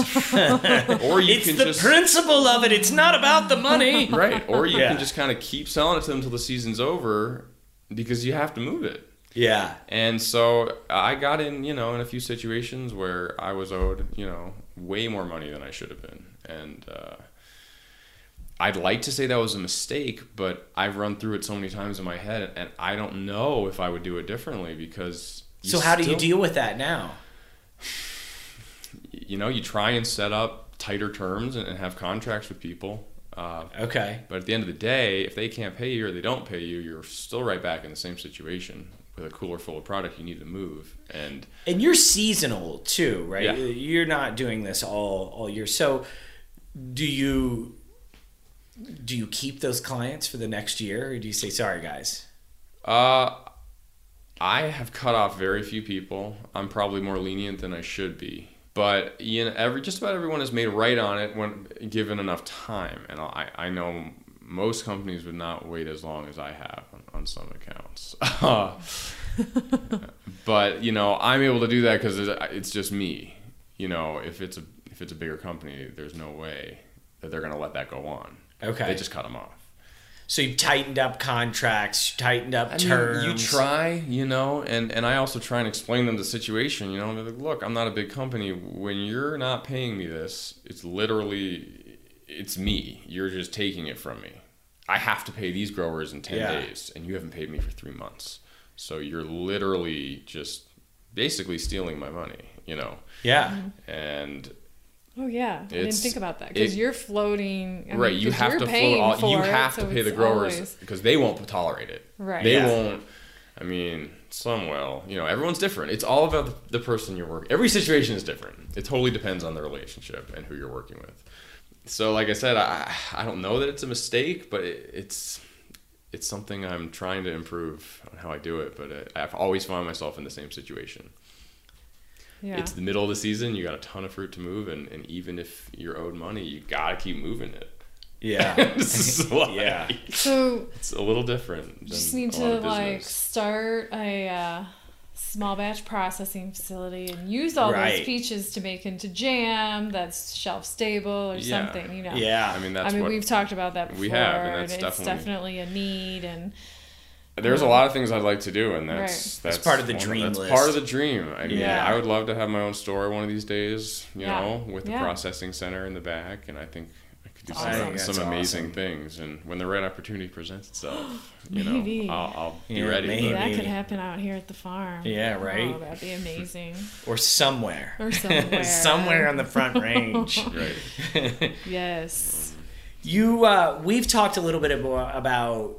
Speaker 1: or you
Speaker 2: It's
Speaker 1: can
Speaker 2: the
Speaker 1: just.
Speaker 2: principle of it. It's not about the money.
Speaker 1: Right, or you
Speaker 2: Yeah.
Speaker 1: can just kind of keep selling it to them until the season's over, because you have to move it.
Speaker 2: Yeah.
Speaker 1: And so uh, I got in, you know, in a few situations where I was owed, you know, way more money than I should have been. And uh, I'd like to say that was a mistake, but I've run through it so many times in my head, and I don't know if I would do it differently because.
Speaker 2: So how do you
Speaker 1: still-
Speaker 2: deal with that now?
Speaker 1: You know, you try and set up tighter terms and and have contracts with people. Uh,
Speaker 2: Okay.
Speaker 1: but at the end of the day, if they can't pay you or they don't pay you, you're still right back in the same situation with a cooler full of product you need to move. And
Speaker 2: And you're seasonal too, right?
Speaker 1: Yeah.
Speaker 2: You're not doing this all all year. So do you do you keep those clients for the next year or do you say sorry guys?
Speaker 1: Uh, I have cut off very few people. I'm probably more lenient than I should be. But you know, every just about everyone is made right on it when given enough time, and I, I know most companies would not wait as long as I have on, on some accounts. but you know, I'm able to do that because it's just me. You know, if it's a if it's a bigger company, there's no way that they're gonna let that go on.
Speaker 2: Okay.
Speaker 1: They just cut them off.
Speaker 2: so you've tightened up contracts, you tightened up
Speaker 1: I mean,
Speaker 2: terms.
Speaker 1: you try, you know, and, and I also try and explain them the situation, you know. and they're like, look, I'm not a big company. When you're not paying me this, it's literally, it's me. You're just taking it from me. I have to pay these growers in 10
Speaker 2: Yeah.
Speaker 1: days, and you haven't paid me for three months. So you're literally just basically stealing my money, you know.
Speaker 2: Yeah.
Speaker 1: Mm-hmm. And
Speaker 3: Oh yeah, I didn't
Speaker 1: It's-
Speaker 3: think about that because
Speaker 1: it-
Speaker 3: you're floating. I mean,
Speaker 1: right, you
Speaker 3: 'cause
Speaker 1: have
Speaker 3: you're
Speaker 1: to float
Speaker 3: paying
Speaker 1: all, you
Speaker 3: for it,
Speaker 1: have
Speaker 3: so
Speaker 1: to pay the
Speaker 3: it's
Speaker 1: growers
Speaker 3: always-
Speaker 1: because they won't tolerate it.
Speaker 3: Right.
Speaker 1: They
Speaker 2: Yeah.
Speaker 1: won't. I mean, some will. You know, everyone's different. It's all about the, the person you're working. Every situation is different. It totally depends on the relationship and who you're working with. So, like I said, I I don't know that it's a mistake, but it, it's it's something I'm trying to improve on how I do it. But it, I've always found myself in the same situation.
Speaker 3: Yeah.
Speaker 1: It's the middle of the season. You got a ton of fruit to move, and, and even if you're owed money, you gotta keep moving it.
Speaker 2: Yeah.
Speaker 1: This is why.
Speaker 2: Yeah.
Speaker 3: so
Speaker 1: It's a little different. Than
Speaker 3: just need
Speaker 1: a lot
Speaker 3: to
Speaker 1: of
Speaker 3: like
Speaker 1: business.
Speaker 3: start a uh, small batch processing facility and use all
Speaker 2: Right.
Speaker 3: those peaches to make into jam that's shelf stable or
Speaker 1: Yeah.
Speaker 3: something. You know.
Speaker 2: yeah.
Speaker 1: I mean,
Speaker 3: I
Speaker 1: that's
Speaker 3: mean,
Speaker 1: what
Speaker 3: we've talked about that before.
Speaker 1: we have, and that's
Speaker 3: it's
Speaker 1: definitely-
Speaker 3: definitely a need, and
Speaker 1: There's a lot of things I'd like to do, and that's that's,
Speaker 2: part of the
Speaker 1: one-
Speaker 2: dream
Speaker 1: That's
Speaker 2: list.
Speaker 1: part of the dream. I mean,
Speaker 2: Yeah.
Speaker 1: I would love to have my own store one of these days. You
Speaker 3: Yeah.
Speaker 1: know, with the
Speaker 3: Yeah.
Speaker 1: processing center in the back, and I think I could do
Speaker 3: That's
Speaker 1: some,
Speaker 3: awesome.
Speaker 1: some
Speaker 2: That's
Speaker 1: amazing
Speaker 2: awesome.
Speaker 1: things. And when the right opportunity presents itself, you
Speaker 3: Maybe.
Speaker 1: know, I'll, I'll be
Speaker 2: Yeah,
Speaker 1: ready.
Speaker 2: maybe.
Speaker 1: but-
Speaker 3: that
Speaker 2: Maybe.
Speaker 3: could happen out here at the farm.
Speaker 2: Yeah, right?
Speaker 3: Oh, that'd be amazing.
Speaker 2: or somewhere.
Speaker 3: Or somewhere.
Speaker 2: somewhere on the front range.
Speaker 1: Right.
Speaker 3: Yes.
Speaker 2: You, uh, we've talked a little bit about, about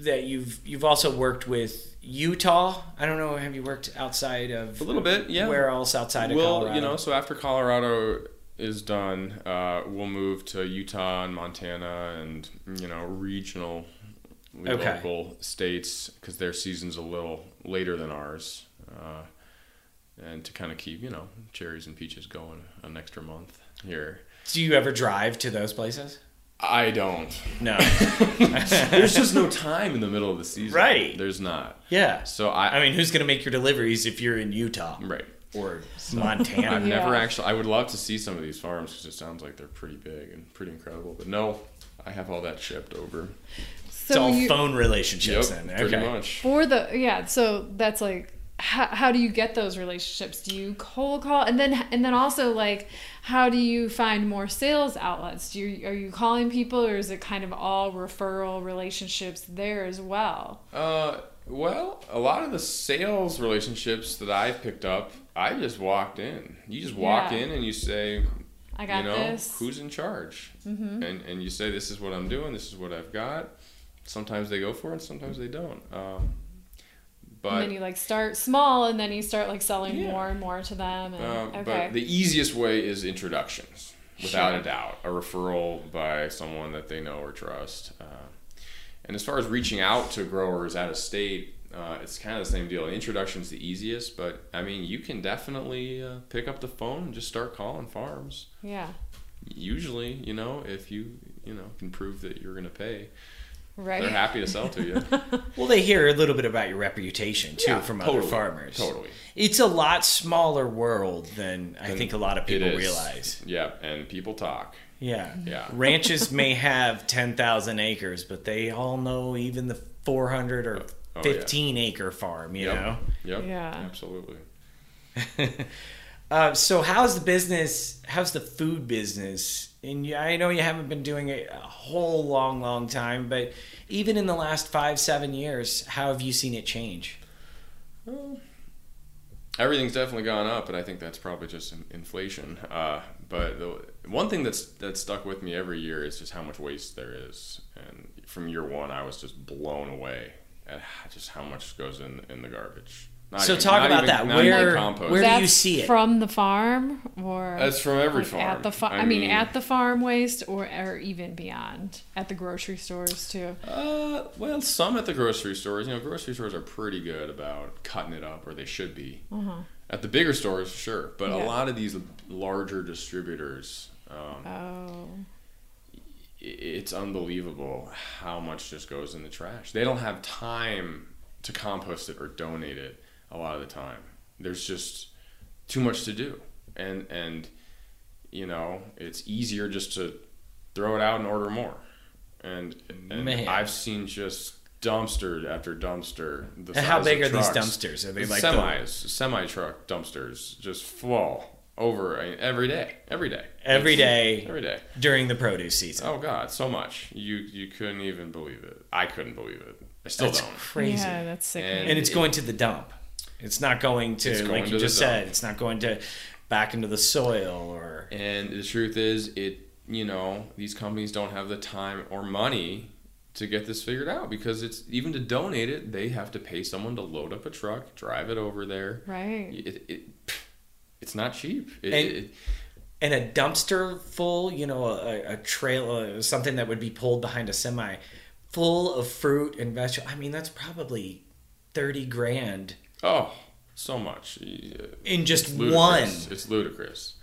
Speaker 2: that. You've you've also worked with Utah. I don't know. Have you worked outside of
Speaker 1: A little bit, yeah.
Speaker 2: Where else outside of
Speaker 1: well,
Speaker 2: Colorado?
Speaker 1: you know, so after Colorado is done, uh, we'll move to Utah and Montana and you know regional,
Speaker 2: Okay.
Speaker 1: local states because their season's a little later than ours, uh, and to kind of keep you know cherries and peaches going an extra month here.
Speaker 2: Do you ever drive to those places?
Speaker 1: I don't.
Speaker 2: No.
Speaker 1: There's just no time in the middle of the season.
Speaker 2: Right.
Speaker 1: There's not.
Speaker 2: yeah.
Speaker 1: So I,
Speaker 2: I mean, who's going to make your deliveries if you're in Utah
Speaker 1: right.
Speaker 2: or
Speaker 1: I've
Speaker 2: Montana?
Speaker 3: Yeah.
Speaker 1: never actually. I would love to see some of these farms because it sounds like they're pretty big and pretty incredible. But no, I have all that shipped over.
Speaker 2: It's
Speaker 3: So
Speaker 2: all
Speaker 3: you,
Speaker 2: phone relationships
Speaker 1: Yep,
Speaker 2: then.
Speaker 1: pretty
Speaker 2: Okay.
Speaker 1: much.
Speaker 3: for the yeah, so that's like how, how do you get those relationships? Do you cold call and then and then also like how do you find more sales outlets? Do you are you calling people or is it kind of all referral relationships there as well?
Speaker 1: Uh, well, a lot of the sales relationships that I've picked up, I just walked in. You just walk
Speaker 3: Yeah.
Speaker 1: in and you say,
Speaker 3: I got
Speaker 1: you know,
Speaker 3: this.
Speaker 1: who's in charge, mm-hmm. and and you say, this is what I'm doing, this is what I've got. Sometimes they go for it, sometimes they don't. Um,
Speaker 3: and
Speaker 1: but
Speaker 3: then you like start small and then you start like selling
Speaker 1: Yeah.
Speaker 3: more and more to them and
Speaker 1: Um,
Speaker 3: okay.
Speaker 1: But the easiest way is introductions, without
Speaker 3: Sure.
Speaker 1: a doubt. A referral by someone that they know or trust. Uh, and as far as reaching out to growers out of state, uh, it's kind of the same deal. Introduction's the easiest, but I mean, you can definitely uh, pick up the phone and just start calling farms.
Speaker 3: yeah.
Speaker 1: Usually, you know, if you you know can prove that you're going to pay, they're
Speaker 3: Right.
Speaker 1: happy to sell to you.
Speaker 2: Well, they hear a little bit about your reputation too
Speaker 1: Yeah,
Speaker 2: from other
Speaker 1: totally,
Speaker 2: farmers.
Speaker 1: totally.
Speaker 2: It's a lot smaller world than I
Speaker 1: And
Speaker 2: think a lot of
Speaker 1: it
Speaker 2: people
Speaker 1: is.
Speaker 2: realize.
Speaker 1: Yeah, and people talk.
Speaker 2: Yeah.
Speaker 1: Yeah.
Speaker 2: Ranches may have 10,000 acres, but they all know even the 400 or
Speaker 1: Oh, yeah.
Speaker 2: 15 acre farm, you
Speaker 1: Yep.
Speaker 2: know?
Speaker 1: Yep.
Speaker 3: Yeah.
Speaker 1: Absolutely.
Speaker 2: Uh, so how's the business? How's the food business? And you, I know you haven't been doing it a whole long, long time, but even in the last five, seven years, how have you seen it change?
Speaker 1: Well, everything's definitely gone up, and I think that's probably just in- inflation. Uh, but the one thing that's that's stuck with me every year is just how much waste there is. And from year one, I was just blown away at h- just how much goes in in the garbage. Not
Speaker 2: So
Speaker 1: even-
Speaker 2: talk
Speaker 1: not
Speaker 2: about
Speaker 1: even-
Speaker 2: that.
Speaker 1: not even
Speaker 2: Where-
Speaker 1: compost.
Speaker 2: where- do you
Speaker 3: That's
Speaker 2: see it?
Speaker 3: From the farm or
Speaker 1: That's from every
Speaker 3: like,
Speaker 1: farm.
Speaker 3: At the farm,
Speaker 1: I
Speaker 3: I, mean,
Speaker 1: mean-
Speaker 3: at the farm waste or, or even beyond at the grocery stores too.
Speaker 1: Uh, well, some at the grocery stores. You know, grocery stores are pretty good about cutting it up, or they should be. At the bigger stores, sure, but
Speaker 3: Uh-huh. Yeah.
Speaker 1: a lot of these larger distributors. Um,
Speaker 3: Oh,
Speaker 1: it's unbelievable how much just goes in the trash. They don't have time to compost it or donate it a lot of the time. There's just too much to do. And and you know, it's easier just to throw it out and order more. And, and
Speaker 2: Man.
Speaker 1: I've seen just dumpster after dumpster. The
Speaker 2: And how
Speaker 1: size
Speaker 2: big
Speaker 1: of
Speaker 2: are these
Speaker 1: trucks.
Speaker 2: dumpsters? Are they like the-
Speaker 1: semis, semi truck dumpsters just fall over I mean, every day, every day,
Speaker 2: Every day.
Speaker 1: every day.
Speaker 2: during the produce season?
Speaker 1: Oh God, so much. You you couldn't even believe it. I couldn't believe it. I still
Speaker 2: That's
Speaker 1: don't.
Speaker 2: crazy.
Speaker 3: yeah, that's sick.
Speaker 1: And-
Speaker 2: and it's going to the dump. It's not going to
Speaker 1: It's going
Speaker 2: like
Speaker 1: to
Speaker 2: you
Speaker 1: the
Speaker 2: just
Speaker 1: dump.
Speaker 2: said. It's not going to back into the soil or
Speaker 1: And the truth is, it you know these companies don't have the time or money to get this figured out because it's even to donate it, they have to pay someone to load up a truck, drive it over there.
Speaker 3: right.
Speaker 1: It, it it's not cheap. It,
Speaker 2: And-
Speaker 1: it,
Speaker 2: and a dumpster full. You know, a, a trail, uh, something that would be pulled behind a semi, full of fruit and vegetable. I mean, that's probably thirty grand
Speaker 1: oh, so much. Yeah.
Speaker 2: in just one.
Speaker 1: ludicrous. It's ludicrous.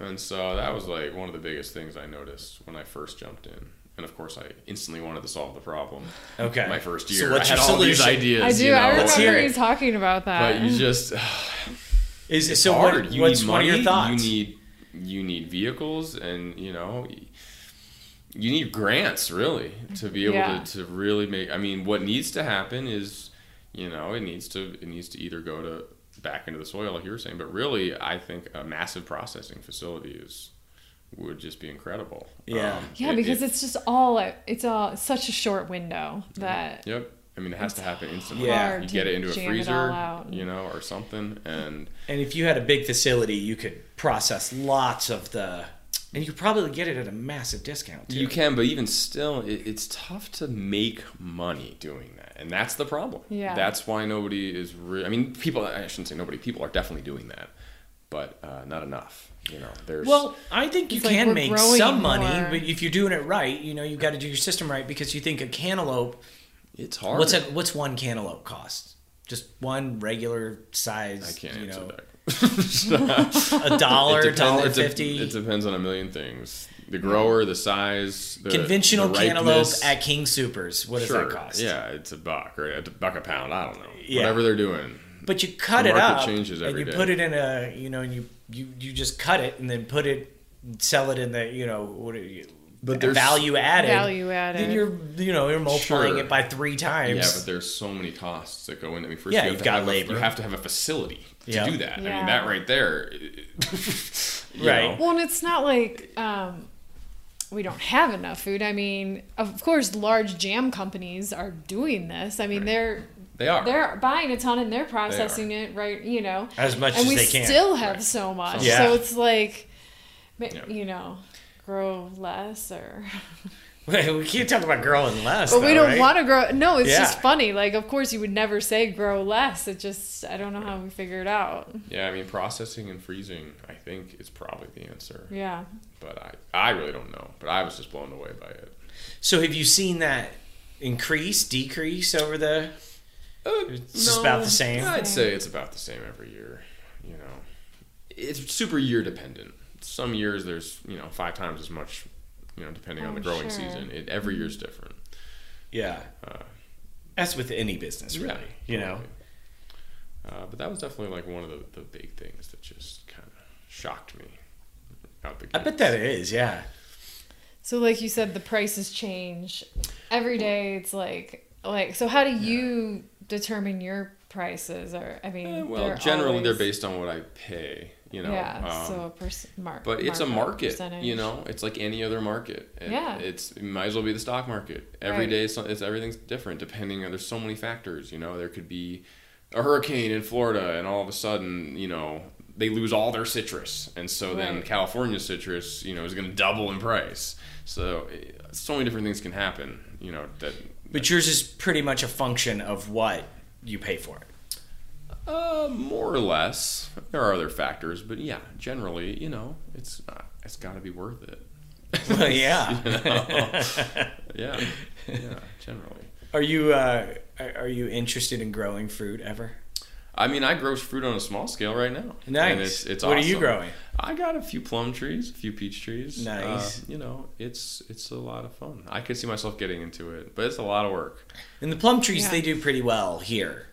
Speaker 1: And so that was like one of the biggest things I noticed when I first jumped in. And of course, I instantly wanted to solve the problem.
Speaker 2: Okay.
Speaker 1: My first
Speaker 2: So
Speaker 1: year,
Speaker 2: what's
Speaker 1: I had
Speaker 2: your
Speaker 1: all these
Speaker 2: solution?
Speaker 1: ideas.
Speaker 3: I do.
Speaker 1: You know?
Speaker 3: I
Speaker 2: Let's hear
Speaker 3: remember
Speaker 2: it.
Speaker 3: you talking about that.
Speaker 1: But you just
Speaker 2: Is
Speaker 1: it's
Speaker 2: so? what-
Speaker 1: hard. you
Speaker 2: what's
Speaker 1: need
Speaker 2: one
Speaker 1: money.
Speaker 2: of your thoughts?
Speaker 1: You need you need vehicles, and you know you need grants really to be able
Speaker 3: Yeah.
Speaker 1: to, to really make. I mean, what needs to happen is you know it needs to it needs to either go to back into the soil like you were saying, but really I think a massive processing facility is would just be incredible. Um,
Speaker 2: Yeah.
Speaker 3: yeah,
Speaker 1: it-
Speaker 3: because
Speaker 1: it-
Speaker 3: it's just all it's all it's such a short window that
Speaker 1: Yep. I mean, it has to happen instantly.
Speaker 2: Yeah.
Speaker 3: hard
Speaker 1: You
Speaker 3: to
Speaker 1: get it into a
Speaker 3: jam
Speaker 1: freezer,
Speaker 3: all out.
Speaker 1: you know, or something, and
Speaker 2: And if you had a big facility, you could process lots of the, and you could probably get it at a massive discount. Too.
Speaker 1: You can, but even still, it, it's tough to make money doing that, and that's the problem.
Speaker 3: Yeah.
Speaker 1: that's why nobody is. Re- I mean, people. I shouldn't say nobody. People are definitely doing that, but uh, not enough. You know, there's
Speaker 2: Well, I think you
Speaker 3: It's like
Speaker 2: can
Speaker 3: we're
Speaker 2: make
Speaker 3: growing
Speaker 2: some money,
Speaker 3: more.
Speaker 2: but if you're doing it right, you know you got to do your system right because you think a cantaloupe.
Speaker 1: it's hard.
Speaker 2: What's a, what's one cantaloupe cost? Just one regular
Speaker 1: I
Speaker 2: size.
Speaker 1: can't
Speaker 2: you
Speaker 1: answer
Speaker 2: know,
Speaker 1: that.
Speaker 2: A dollar,
Speaker 1: It depends-
Speaker 2: dollar
Speaker 1: it de-
Speaker 2: fifty.
Speaker 1: It depends on a million things: the grower, the size, the
Speaker 2: Conventional
Speaker 1: the
Speaker 2: cantaloupe
Speaker 1: ripeness.
Speaker 2: at King Supers. What does
Speaker 1: sure.
Speaker 2: that cost?
Speaker 1: Yeah, it's a buck or a buck a pound. I don't know.
Speaker 2: Yeah.
Speaker 1: Whatever they're doing.
Speaker 2: But you cut
Speaker 1: The
Speaker 2: it
Speaker 1: market
Speaker 2: up
Speaker 1: changes every
Speaker 2: and you
Speaker 1: day.
Speaker 2: put it in a you know and you you you just cut it and then put it sell it in the you know what are you
Speaker 1: But there's-
Speaker 2: value added
Speaker 3: Value added.
Speaker 2: then you're you know you're multiplying
Speaker 1: Sure.
Speaker 2: it by three times
Speaker 1: Yeah, but there's so many costs that go in. I mean, first
Speaker 2: Yeah,
Speaker 1: you have
Speaker 2: you've
Speaker 1: to
Speaker 2: got
Speaker 1: have a-
Speaker 2: labor.
Speaker 1: you have to have a facility to
Speaker 2: Yeah.
Speaker 1: do that. I
Speaker 3: Yeah.
Speaker 1: mean, that right there. you
Speaker 2: Right.
Speaker 3: Well, and it's not like um, we don't have enough food. I mean, of course, large jam companies are doing this. I mean, they're
Speaker 1: they are.
Speaker 3: they're buying a ton and they're processing it right. You know,
Speaker 2: As much
Speaker 3: and
Speaker 2: as
Speaker 3: we
Speaker 2: they can.
Speaker 3: still have so much.
Speaker 2: Yeah.
Speaker 3: So it's like, ma-
Speaker 1: Yeah.
Speaker 3: you know. Grow less, or
Speaker 2: we can't talk about growing less
Speaker 3: but we
Speaker 2: though,
Speaker 3: don't
Speaker 2: right?
Speaker 3: want to grow. No, it's
Speaker 2: Yeah.
Speaker 3: just funny. Like, of course, you would never say grow less. It just, I don't know how we figure it out.
Speaker 1: Yeah, I mean, processing and freezing, I think, is probably the answer.
Speaker 3: Yeah,
Speaker 1: But I, I really don't know. But I was just blown away by it.
Speaker 2: so have you seen that increase decrease over the
Speaker 1: Uh,
Speaker 2: It's just about the same?
Speaker 1: I'd say it's about the same every year. You know, it's super year dependent. Some years there's you know five times as much. You know, depending on
Speaker 3: Oh,
Speaker 1: the growing
Speaker 3: sure. Mm-hmm.
Speaker 1: season, it, every year's different.
Speaker 2: yeah that's with any business really
Speaker 1: Uh. Yeah,
Speaker 2: you know
Speaker 1: Uh, but that was definitely like one of the, the big things that just kind of shocked me. Out the
Speaker 2: I
Speaker 1: gate.
Speaker 2: bet that is yeah
Speaker 3: So, like you said, the prices change every day. It's like, like, so how do you determine your prices? Or I mean,
Speaker 1: Eh, well,
Speaker 3: they're
Speaker 1: generally they're
Speaker 3: always-
Speaker 1: based on what I pay. You know.
Speaker 3: yeah.
Speaker 1: um,
Speaker 3: so a pers- mark,
Speaker 1: But it's a
Speaker 3: markup
Speaker 1: market,
Speaker 3: percentage.
Speaker 1: you know. It's like any other market. It-
Speaker 3: Yeah.
Speaker 1: It's it might as well be the stock market. Every
Speaker 3: Right.
Speaker 1: day, so it's everything's different depending on. There's so many factors, you know. There could be a hurricane in Florida, and all of a sudden, you know, they lose all their citrus, and so then
Speaker 3: Right.
Speaker 1: California citrus, you know, is going to double in price. So, eh, so many different things can happen, you know. That
Speaker 2: but yours is pretty much a function of what you pay for it
Speaker 1: uh, more or less, there are other factors, but yeah, generally, you know, it's uh, it's got to be worth it.
Speaker 2: well, yeah.
Speaker 1: Yeah, yeah, generally.
Speaker 2: Are you uh, are are you interested in growing fruit ever?
Speaker 1: I mean, I grow fruit on a small scale right now.
Speaker 2: Nice.
Speaker 1: And it's, it's
Speaker 2: What are you
Speaker 1: awesome.
Speaker 2: growing?
Speaker 1: I got a few plum trees, a few peach trees.
Speaker 2: Nice.
Speaker 1: Uh, you know, it's it's a lot of fun. I could see myself getting into it, but it's a lot of work.
Speaker 2: And the plum trees
Speaker 3: Yeah.
Speaker 2: they do pretty well here,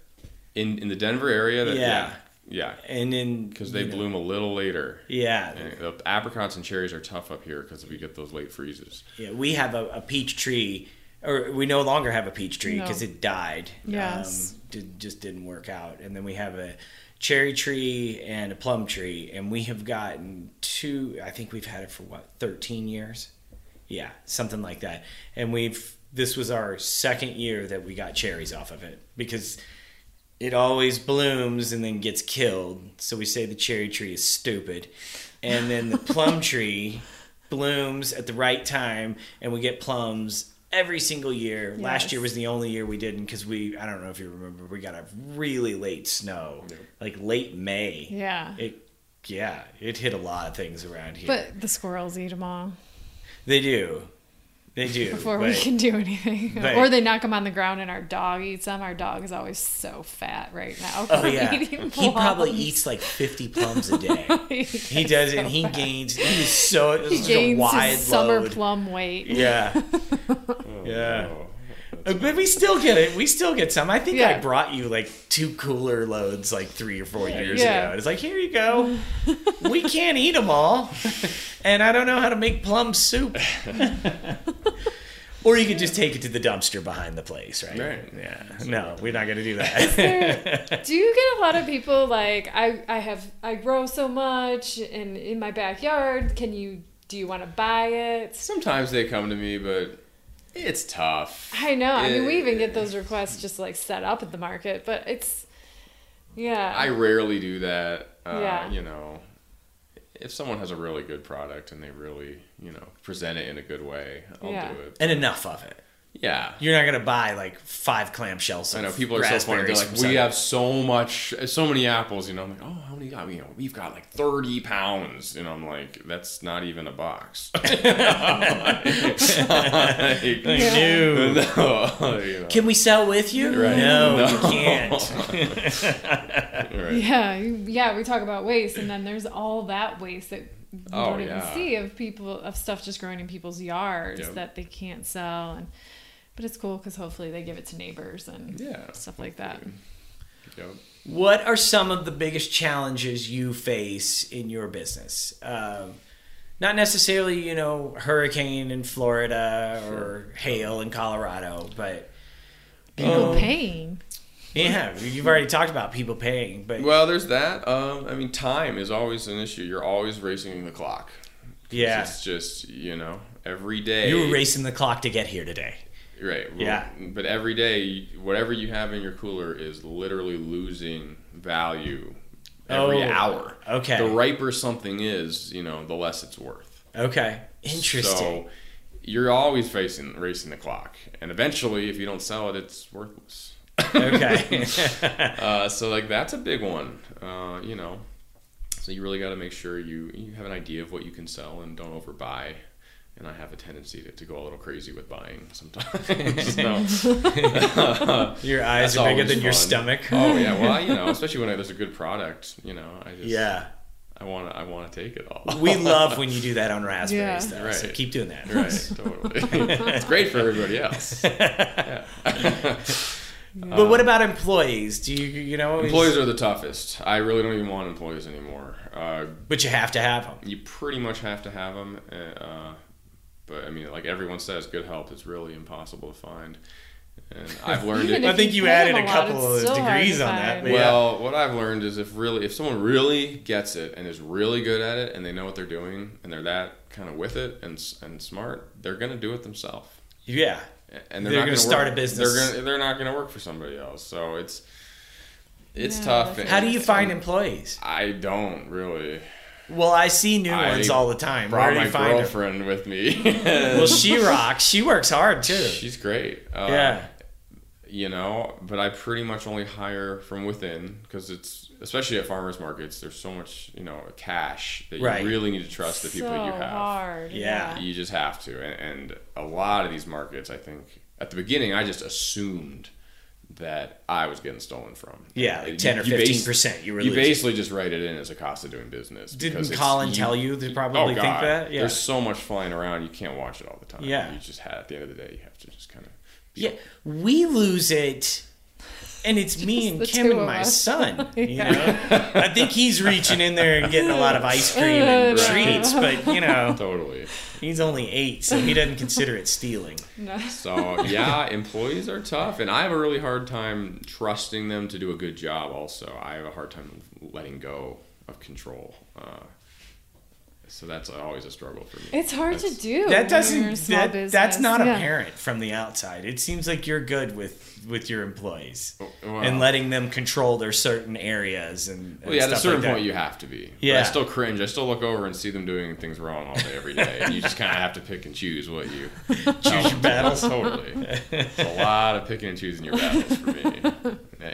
Speaker 1: In in the Denver area, that,
Speaker 2: Yeah.
Speaker 1: yeah, yeah,
Speaker 2: and in
Speaker 1: because they
Speaker 2: you know,
Speaker 1: bloom a little later.
Speaker 2: Yeah,
Speaker 1: And the apricots and cherries are tough up here because we get those late freezes.
Speaker 2: yeah. We have a, a peach tree, or we no longer have a peach tree
Speaker 3: No.
Speaker 2: because it died.
Speaker 3: Yes.
Speaker 2: um, did, just didn't work out. And then we have a cherry tree and a plum tree, and we have gotten two. I think we've had it for what thirteen years. Yeah, something like that. And we've this was our second year that we got cherries off of it because it always blooms and then gets killed. So we say the cherry tree is stupid. And then the plum tree blooms at the right time and we get plums every single year. Last
Speaker 3: Yes.
Speaker 2: year was the only year we didn't because we, I don't know if you remember, we got a really late snow, like late May.
Speaker 3: Yeah.
Speaker 2: It, yeah, it hit a lot of things around here.
Speaker 3: But the squirrels eat them all
Speaker 2: they do. They do.
Speaker 3: before we
Speaker 2: but-
Speaker 3: can do anything,
Speaker 2: but-
Speaker 3: or they knock them on the ground and our dog eats them. Our dog is always so fat right now.
Speaker 2: Oh
Speaker 3: from
Speaker 2: yeah,
Speaker 3: eating
Speaker 2: he probably
Speaker 3: plums.
Speaker 2: eats like fifty plums a day.
Speaker 3: He's
Speaker 2: He does, and he gains. He's so it's
Speaker 3: he
Speaker 2: just a
Speaker 3: gains
Speaker 2: wide
Speaker 3: his summer
Speaker 2: load.
Speaker 3: plum weight.
Speaker 2: Yeah, yeah.
Speaker 1: Oh.
Speaker 2: Uh, But we still get it. We still get some. I think I
Speaker 3: Yeah.
Speaker 2: brought you like two cooler loads like three or four years
Speaker 3: Yeah.
Speaker 2: ago. It's like here you go. we can't eat them all, and I don't know how to make plum soup. or you could just take it to the dumpster behind the place, right?
Speaker 1: Right.
Speaker 2: Yeah. No, we're not gonna do that.
Speaker 3: there- do you get a lot of people like I, I have I grow so much and in my backyard can you do you want to buy it
Speaker 1: Sometimes they come to me, but it's tough.
Speaker 3: I know I mean we even get
Speaker 1: Eh.
Speaker 3: those requests just like set up at the market but it's yeah
Speaker 1: I rarely do that. Uh,
Speaker 3: Yeah.
Speaker 1: You know, if someone has a really good product and they really, you know, present it in a good way, I'll
Speaker 3: Yeah.
Speaker 1: do it.
Speaker 2: and enough of it.
Speaker 1: Yeah.
Speaker 2: You're not gonna buy like five clamshells.
Speaker 1: I
Speaker 2: of
Speaker 1: know people are so funny. They're
Speaker 2: raspberries
Speaker 1: like,
Speaker 2: from
Speaker 1: we
Speaker 2: Subway."
Speaker 1: have so much, so many apples. You know, I'm like, oh, how many? got? You know, we've got like 30 pounds. And I'm like, that's not even a box. Like,
Speaker 2: No.
Speaker 1: no, you know.
Speaker 2: Can we sell with you?
Speaker 1: Right.
Speaker 2: No,
Speaker 1: No.
Speaker 2: you can't.
Speaker 1: Right.
Speaker 3: Yeah, you- yeah, we talk about waste, and then there's all that waste that you
Speaker 1: Oh,
Speaker 3: don't even
Speaker 1: yeah.
Speaker 3: see of people of stuff just growing in people's yards
Speaker 1: Yep.
Speaker 3: that they can't sell. And but it's cool because hopefully they give it to neighbors and
Speaker 1: Yeah,
Speaker 3: stuff like that.
Speaker 1: Yep.
Speaker 2: what are some of the biggest challenges you face in your business? Um, not necessarily, you know, hurricane in Florida or hail in Colorado, but
Speaker 3: People
Speaker 2: Um,
Speaker 3: paying.
Speaker 2: yeah, you've already talked about people paying, but
Speaker 1: Well, there's that. Um, I mean, time is always an issue. You're always racing the clock.
Speaker 2: yeah,
Speaker 1: It's just you know every day.
Speaker 2: you were racing the clock to get here today.
Speaker 1: Right. well,
Speaker 2: Yeah.
Speaker 1: But every day, whatever you have in your cooler is literally losing value every
Speaker 2: Oh,
Speaker 1: hour.
Speaker 2: okay.
Speaker 1: The riper something is, you know, the less it's worth.
Speaker 2: Okay, interesting.
Speaker 1: So you're always facing racing the clock, and eventually, if you don't sell it, it's worthless.
Speaker 2: Okay,
Speaker 1: Uh, so like that's a big one. Uh, you know. So you really got to make sure you you have an idea of what you can sell and don't overbuy. And I have a tendency to, to go a little crazy with buying sometimes. so,
Speaker 2: your eyes
Speaker 1: That's
Speaker 2: are bigger
Speaker 1: always
Speaker 2: than your
Speaker 1: fun.
Speaker 2: stomach.
Speaker 1: Oh yeah, well you know, especially when there's a good product, you know, I just
Speaker 2: yeah.
Speaker 1: I want to I want to take it all.
Speaker 2: We love when you do that on raspberries,
Speaker 3: Yeah.
Speaker 2: though. So
Speaker 1: Right.
Speaker 2: keep doing that.
Speaker 1: right, totally. it's great for everybody else. Yeah.
Speaker 2: But what about employees? Do you you know is-
Speaker 1: employees are the toughest. I really don't even want employees anymore. Uh,
Speaker 2: But you have to have them.
Speaker 1: you pretty much have to have them. Uh, but I mean, like everyone says, good help is really impossible to find. And I've learned
Speaker 3: Even
Speaker 1: it.
Speaker 3: if
Speaker 2: I think you
Speaker 3: you pay
Speaker 2: added
Speaker 3: them
Speaker 2: a
Speaker 3: a lot,
Speaker 2: couple
Speaker 3: it's
Speaker 2: of
Speaker 3: so hard
Speaker 2: degrees
Speaker 3: to
Speaker 2: on that.
Speaker 3: find.
Speaker 2: but
Speaker 1: Well, what I've learned is if really if someone really gets it and is really good at it and they know what they're doing and they're that kind of with it and s- and smart, they're gonna do it themselves.
Speaker 2: yeah.
Speaker 1: And
Speaker 2: They're
Speaker 1: not
Speaker 2: gonna
Speaker 1: work-
Speaker 2: start a business.
Speaker 1: They're gonna, they're not gonna work for somebody else. So it's it's
Speaker 3: Yeah,
Speaker 1: tough.
Speaker 3: that's-
Speaker 2: How do you find
Speaker 1: and
Speaker 2: employees?
Speaker 1: I don't really.
Speaker 2: Well, I see new
Speaker 1: I
Speaker 2: ones all the time. Where
Speaker 1: Brought
Speaker 2: do you
Speaker 1: my
Speaker 2: find 'em?
Speaker 1: girlfriend with me.
Speaker 2: Well, she rocks. She works hard too.
Speaker 1: She's great. Uh,
Speaker 2: yeah.
Speaker 1: You know, but I pretty much only hire from within because it's especially at farmers markets. There's so much you know cash that you
Speaker 2: Right.
Speaker 1: really need to trust the people
Speaker 3: so
Speaker 1: you have.
Speaker 3: hard.
Speaker 2: Yeah.
Speaker 1: You just have to. And, and a lot of these markets, I think, at the beginning, I just assumed that I was getting stolen from.
Speaker 2: Yeah, like
Speaker 1: You-
Speaker 2: 10 or
Speaker 1: you base-
Speaker 2: 15% you were
Speaker 1: You
Speaker 2: losing.
Speaker 1: basically just write it in as a cost of doing business. because
Speaker 2: Didn't
Speaker 1: it's-
Speaker 2: Colin tell you to probably
Speaker 1: oh,
Speaker 2: think
Speaker 1: God.
Speaker 2: that? Yeah.
Speaker 1: There's so much flying around, you can't watch it all the time.
Speaker 2: Yeah.
Speaker 1: You just have, at the end of the day, you have to just kind of.
Speaker 2: Yeah. We lose it. And it's me and
Speaker 3: the
Speaker 2: Kim
Speaker 3: two
Speaker 2: and
Speaker 3: of
Speaker 2: my
Speaker 3: us.
Speaker 2: son. You know, I think he's reaching in there and getting a lot of ice cream and
Speaker 3: Right.
Speaker 2: treats, but you know,
Speaker 1: Totally.
Speaker 2: he's only eight, so he doesn't consider it stealing.
Speaker 3: No.
Speaker 1: So yeah, employees are tough, and I have a really hard time trusting them to do a good job. Also, I have a hard time letting go of control. Uh, so that's always a struggle for me.
Speaker 3: It's hard to
Speaker 1: That's-
Speaker 3: do.
Speaker 2: that
Speaker 3: when you're a
Speaker 2: doesn't
Speaker 3: small
Speaker 2: that, that's
Speaker 3: business.
Speaker 2: not
Speaker 3: Yeah.
Speaker 2: apparent from the outside it seems like you're good with with your employees
Speaker 1: well-
Speaker 2: and letting them control their certain areas and, and
Speaker 1: Well, yeah, at a
Speaker 2: stuff
Speaker 1: certain
Speaker 2: like
Speaker 1: point,
Speaker 2: that.
Speaker 1: you have to be. But
Speaker 2: Yeah.
Speaker 1: I still cringe. I still look over and see them doing things wrong all day, every day. and you just kind of have to pick and choose what you
Speaker 2: choose
Speaker 1: Oh.
Speaker 2: your battles
Speaker 1: Totally. It's a lot of picking and choosing your battles for me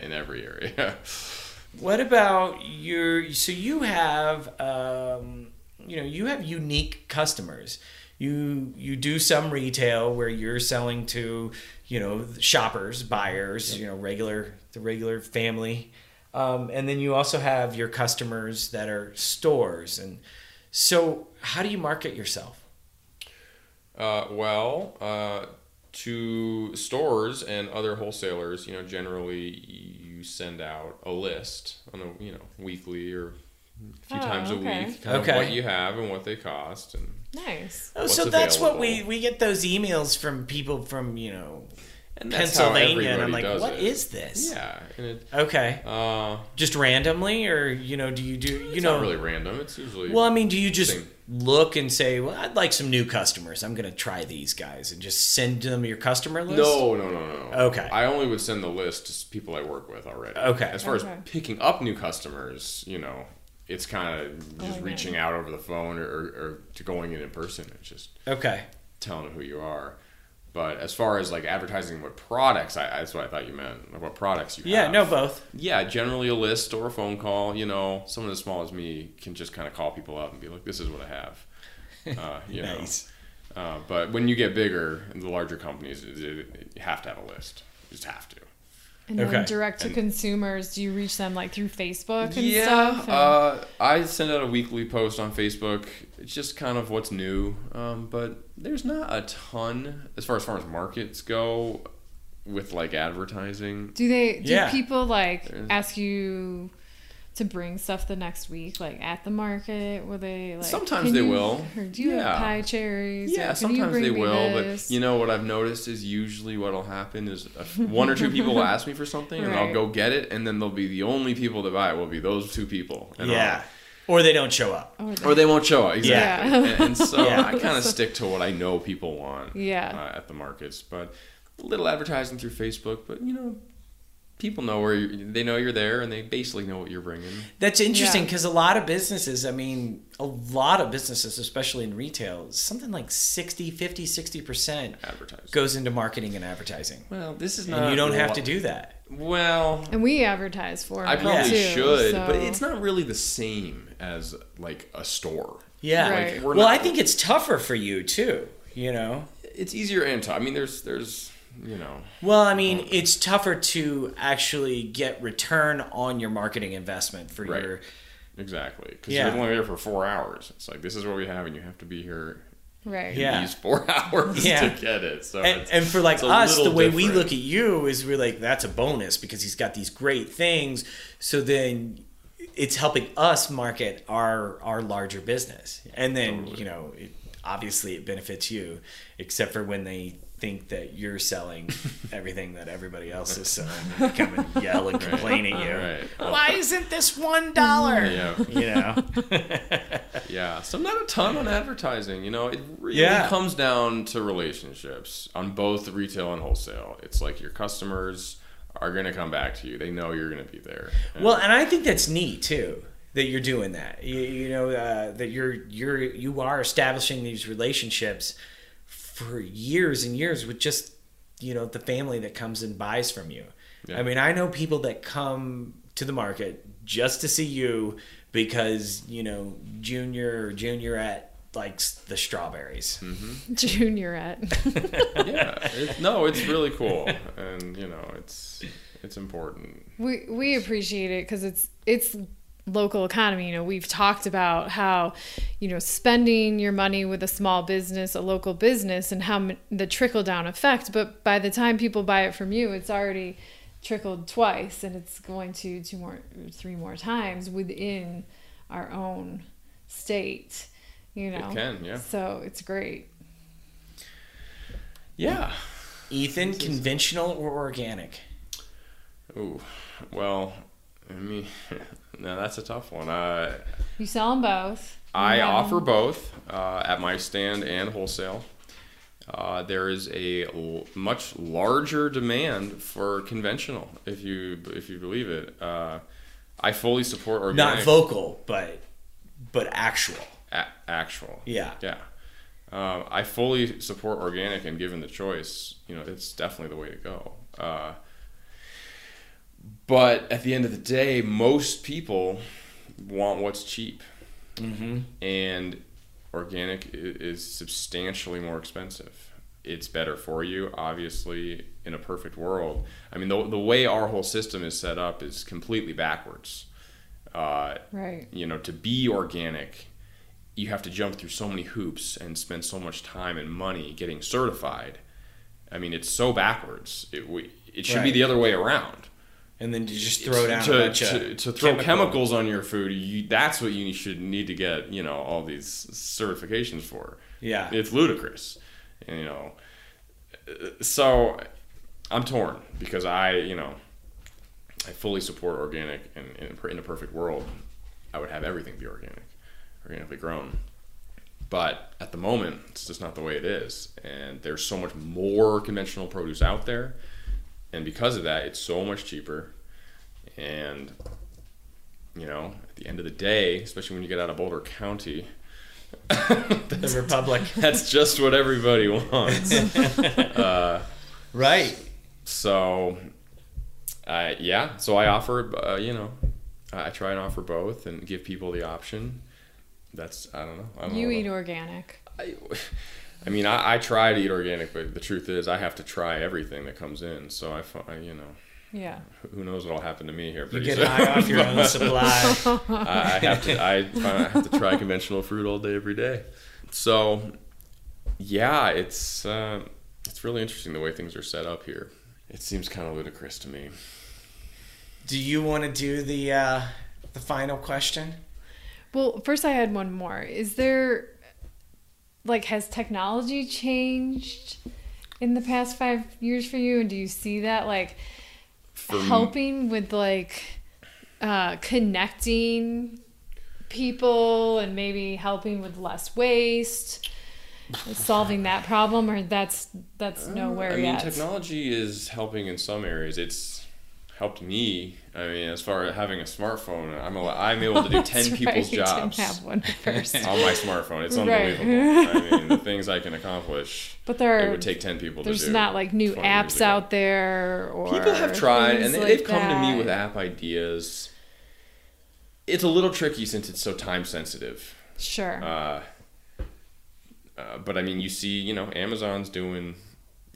Speaker 1: in every area.
Speaker 2: what about your so you have um you know you have unique customers you you do some retail where you're selling to you know shoppers buyers you know regular the regular family um, and then you also have your customers that are stores and so how do you market yourself
Speaker 1: Uh, well, uh, to stores and other wholesalers, you know, generally you send out a list on a you know weekly or a few
Speaker 3: Oh,
Speaker 1: times a
Speaker 3: okay.
Speaker 1: week, kind
Speaker 2: Okay.
Speaker 1: of what you have and what they cost, and
Speaker 3: Nice.
Speaker 2: oh
Speaker 1: What's
Speaker 2: so that's what we
Speaker 1: available?
Speaker 2: we get those emails from people from you know
Speaker 1: and that's how
Speaker 2: pennsylvania and i'm
Speaker 1: everybody
Speaker 2: like
Speaker 1: does
Speaker 2: what
Speaker 1: it.
Speaker 2: is this
Speaker 1: Yeah, and it,
Speaker 2: okay
Speaker 1: uh,
Speaker 2: just randomly or you know do you do you
Speaker 1: it's
Speaker 2: know
Speaker 1: not really random. It's usually
Speaker 2: well i mean do you just
Speaker 1: Thing.
Speaker 2: look and say well i'd like some new customers i'm gonna try these guys and just send them your customer list
Speaker 1: No, no, no, no.
Speaker 2: Okay.
Speaker 1: I only would send the list to people I work with already.
Speaker 2: Okay.
Speaker 1: As far
Speaker 3: Okay.
Speaker 1: as picking up new customers, you know, it's kind of just
Speaker 3: Going in.
Speaker 1: reaching out over the phone or, or to going in in person and just
Speaker 2: okay
Speaker 1: telling them who you are. But as far as like advertising what products, I, that's what I thought you meant. like, What products you
Speaker 2: Yeah,
Speaker 1: have.
Speaker 2: no, both.
Speaker 1: Yeah, generally a list or a phone call. You know, someone as small as me can just kind of call people up and be like, "This is what I have." Uh, you
Speaker 2: Nice.
Speaker 1: Know? Uh, but when you get bigger and the larger companies, it- it- you have to have a list. You just have to.
Speaker 3: And then
Speaker 2: Okay.
Speaker 3: direct to consumers, do you reach them like through Facebook and
Speaker 1: yeah,
Speaker 3: stuff? And-
Speaker 1: uh, I send out a weekly post on Facebook. It's just kind of what's new, um, but there's not a ton as far as farmers markets go with like advertising.
Speaker 3: do they do
Speaker 2: Yeah.
Speaker 3: people like
Speaker 1: There's-
Speaker 3: ask you to bring stuff the next week, like at the market? Will they like
Speaker 1: Sometimes
Speaker 3: "Can
Speaker 1: they
Speaker 3: you-
Speaker 1: will.
Speaker 3: Or do you
Speaker 1: Yeah.
Speaker 3: have pie cherries? Or,
Speaker 1: Yeah,
Speaker 3: "Can you
Speaker 1: sometimes
Speaker 3: bring
Speaker 1: they
Speaker 3: me
Speaker 1: will,
Speaker 3: this?"
Speaker 1: but you know what I've noticed is usually what'll happen is a, one or two people will ask me for something, and I'll
Speaker 3: Right.
Speaker 1: go get it, and then they'll be the only people to buy it will be those two people. And I'll-
Speaker 2: Yeah. Or they don't show up.
Speaker 3: Or they-
Speaker 1: or they won't show up. Exactly.
Speaker 3: Yeah.
Speaker 1: And, and so
Speaker 2: Yeah.
Speaker 1: I kind of stick to what I know people want.
Speaker 3: Yeah.
Speaker 1: Uh, at the markets, but a little advertising through Facebook, but you know, people know where you, they know you're there, and they basically know what you're bringing.
Speaker 2: That's interesting
Speaker 3: Yeah.
Speaker 2: because a lot of businesses, I mean, a lot of businesses, especially in retail, something like 60, 50, 60%
Speaker 1: Advertising.
Speaker 2: goes into marketing and advertising.
Speaker 1: Uh, Well, this is not.
Speaker 2: And you don't have
Speaker 1: li-
Speaker 2: to do that.
Speaker 1: Well,
Speaker 3: and we advertise for
Speaker 1: I
Speaker 3: them
Speaker 1: probably
Speaker 3: too,
Speaker 1: should, but
Speaker 3: so-
Speaker 1: it's not really the same as like a store.
Speaker 2: Yeah.
Speaker 3: Right.
Speaker 1: Like, we're
Speaker 2: Well,
Speaker 1: not-
Speaker 2: I think it's tougher for you too, you know.
Speaker 1: it's easier and tough. I mean, there's there's you know
Speaker 2: Well, I mean, it's tougher to actually get return on your marketing investment for
Speaker 1: Right.
Speaker 2: your
Speaker 1: exactly because
Speaker 2: Yeah.
Speaker 1: you're only there for four hours. It's like this is what we have, and you have to be here
Speaker 3: right.
Speaker 2: Yeah.
Speaker 1: these four hours
Speaker 2: Yeah.
Speaker 1: to get it. So
Speaker 2: and,
Speaker 1: it's,
Speaker 2: and for like
Speaker 1: it's a
Speaker 2: us, the
Speaker 1: little
Speaker 2: way we
Speaker 1: different.
Speaker 2: look at you is we're like, that's a bonus because he's got these great things. So then it's helping us market our our larger business, and then you know, it, obviously it benefits you, except for when they think that you're selling everything that everybody else is selling and they come and yell and complain at you.
Speaker 1: Right.
Speaker 2: Why isn't this one dollar?
Speaker 1: yeah,
Speaker 2: You know.
Speaker 1: yeah. So not a ton on advertising. You know, it really
Speaker 2: Yeah.
Speaker 1: comes down to relationships on both retail and wholesale. It's like your customers are gonna come back to you. They know you're gonna be there. And-
Speaker 2: Well, and I think that's neat too that you're doing that. You, you know uh, that you're you're you are establishing these relationships for years and years with just you know the family that comes and buys from you.
Speaker 1: Yeah.
Speaker 2: I mean, I know people that come to the market just to see you because you know junior or juniorette likes the strawberries.
Speaker 1: Hmm.
Speaker 3: Junior at.
Speaker 1: yeah, it, no, it's really cool, and you know, it's it's important.
Speaker 3: We we appreciate it because it's it's local economy. You know, we've talked about how you know spending your money with a small business, a local business, and how m- the trickle down effect. But by the time people buy it from you, it's already trickled twice, and it's going to two more, three more times within our own state. You know,
Speaker 1: can, yeah.
Speaker 3: So it's great.
Speaker 1: Yeah.
Speaker 2: Ethan, conventional or organic?
Speaker 1: Ooh. Well, I mean, no, that's a tough one. I
Speaker 3: You sell them both.
Speaker 1: I
Speaker 3: Yeah.
Speaker 1: offer both uh, at my stand and wholesale. Uh, there is a l- much larger demand for conventional, if you if you believe it. Uh, I fully support organic.
Speaker 2: Not vocal, but but actual.
Speaker 1: a- actual.
Speaker 2: Yeah.
Speaker 1: Yeah. Um, I fully support organic, and given the choice, you know, it's definitely the way to go. Uh, but at the end of the day, most people want what's cheap, mm-hmm. and organic i- is substantially more expensive. It's better for you, obviously. In a perfect world, I mean, the the way our whole system is set up is completely backwards. Uh,
Speaker 3: Right.
Speaker 1: you know to be organic you have to jump through so many hoops and spend so much time and money getting certified i mean it's so backwards it, we, it should be
Speaker 2: Right.
Speaker 1: the other way around
Speaker 2: and then to just throw down
Speaker 1: to,
Speaker 2: a bunch
Speaker 1: to,
Speaker 2: of
Speaker 1: to throw
Speaker 2: chemical.
Speaker 1: chemicals on your food you, that's what you should need to get you know all these certifications for
Speaker 2: Yeah.
Speaker 1: it's ludicrous you know Uh, so i'm torn because i you know i fully support organic and, and in a perfect world i would have everything be organic organically grown but at the moment it's just not the way it is and there's so much more conventional produce out there and because of that it's so much cheaper and you know at the end of the day especially when you get out of boulder county
Speaker 2: the Republic.
Speaker 1: That's just what everybody wants.
Speaker 2: Right.
Speaker 1: So, uh, yeah. So I offer, uh, you know, I I try and offer both and give people the option. That's I don't know. I don't
Speaker 3: You
Speaker 1: know.
Speaker 3: eat organic.
Speaker 1: I, I mean, I, I try to eat organic, but the truth is, I have to try everything that comes in. So I, fi- you know,
Speaker 3: Yeah.
Speaker 1: who knows what'll happen to me here.
Speaker 2: You
Speaker 1: pretty
Speaker 2: get
Speaker 1: soon.
Speaker 2: high off your own supply.
Speaker 1: I, I have to. I, find I have to try conventional fruit all day, every day. So, yeah, it's uh, it's really interesting the way things are set up here. It seems kind of ludicrous to me.
Speaker 2: Do you want to do the uh, the final question?
Speaker 3: Well, first I had one more. Is there like has technology changed in the past 5 years for you and do you see that like
Speaker 1: For
Speaker 3: helping with like uh connecting people and maybe helping with less waste? Solving that problem, or that's that's nowhere
Speaker 1: Uh, I mean,
Speaker 3: yet.
Speaker 1: technology is helping in some areas. It's helped me. I mean, as far as having a smartphone, I'm al- I'm able to do ten
Speaker 3: That's
Speaker 1: people's
Speaker 3: right, you
Speaker 1: jobs
Speaker 3: Didn't have one first.
Speaker 1: on my smartphone. It's
Speaker 3: Right.
Speaker 1: unbelievable. I mean, the things I can accomplish.
Speaker 3: but there
Speaker 1: It
Speaker 3: are
Speaker 1: would take ten people to do.
Speaker 3: There's not like new
Speaker 1: 20 years
Speaker 3: apps
Speaker 1: ago.
Speaker 3: out there or
Speaker 1: People have tried, and
Speaker 3: things
Speaker 1: they,
Speaker 3: like
Speaker 1: they've come to me
Speaker 3: that.
Speaker 1: with app ideas. It's a little tricky since it's so time sensitive.
Speaker 3: Sure.
Speaker 1: Uh, uh, but I mean, you see, you know, Amazon's doing.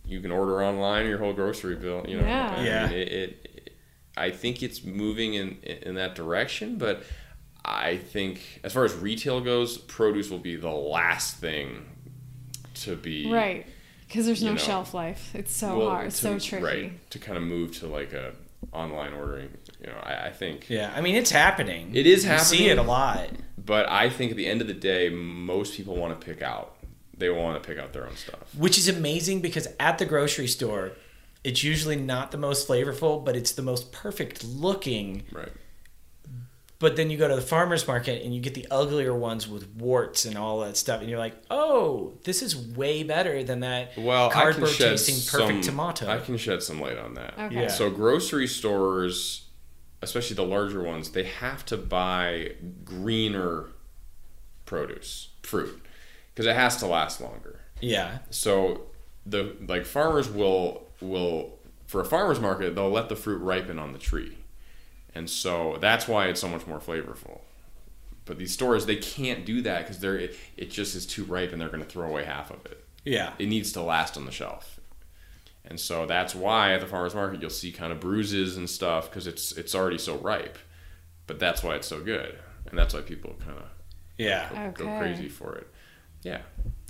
Speaker 1: You can order online your whole grocery bill. You know,
Speaker 3: Yeah.
Speaker 1: I mean,
Speaker 2: Yeah.
Speaker 1: it, it, I think it's moving in in that direction, but I think as far as retail goes, produce will be the last thing to be
Speaker 3: right. Because there's
Speaker 1: you
Speaker 3: no
Speaker 1: know,
Speaker 3: shelf life. It's so
Speaker 1: well,
Speaker 3: hard. It's so
Speaker 1: to-
Speaker 3: tricky.
Speaker 1: Right to kind of move to like a online ordering. You know, I, I think.
Speaker 2: Yeah, I mean it's happening.
Speaker 1: It is
Speaker 2: You see
Speaker 1: happening.
Speaker 2: it a lot.
Speaker 1: But I think at the end of the day, most people want to pick out. They want to pick out their own stuff.
Speaker 2: which is amazing because at the grocery store it's usually not the most flavorful but it's the most perfect looking
Speaker 1: Right.
Speaker 2: but then you go to the farmers market and you get the uglier ones with warts and all that stuff and you're like oh this is way better than that
Speaker 1: Well, I
Speaker 2: cardboard
Speaker 1: can shed
Speaker 2: tasting perfect
Speaker 1: some,
Speaker 2: tomato
Speaker 1: I can shed some light on that.
Speaker 3: Okay.
Speaker 2: Yeah.
Speaker 1: So grocery stores, especially the larger ones, they have to buy greener produce, fruit, because it has to last longer.
Speaker 2: yeah
Speaker 1: So the like farmers will will for a farmers market they'll let the fruit ripen on the tree, and so that's why it's so much more flavorful. But these stores they can't do that because they're it, it just is too ripe and they're going to throw away half of it.
Speaker 2: yeah
Speaker 1: It needs to last on the shelf, and so that's why at the farmers market you'll see kind of bruises and stuff because it's it's already so ripe. But that's why it's so good, and that's why people kind of
Speaker 2: yeah
Speaker 3: Okay.
Speaker 1: go crazy for it. Yeah.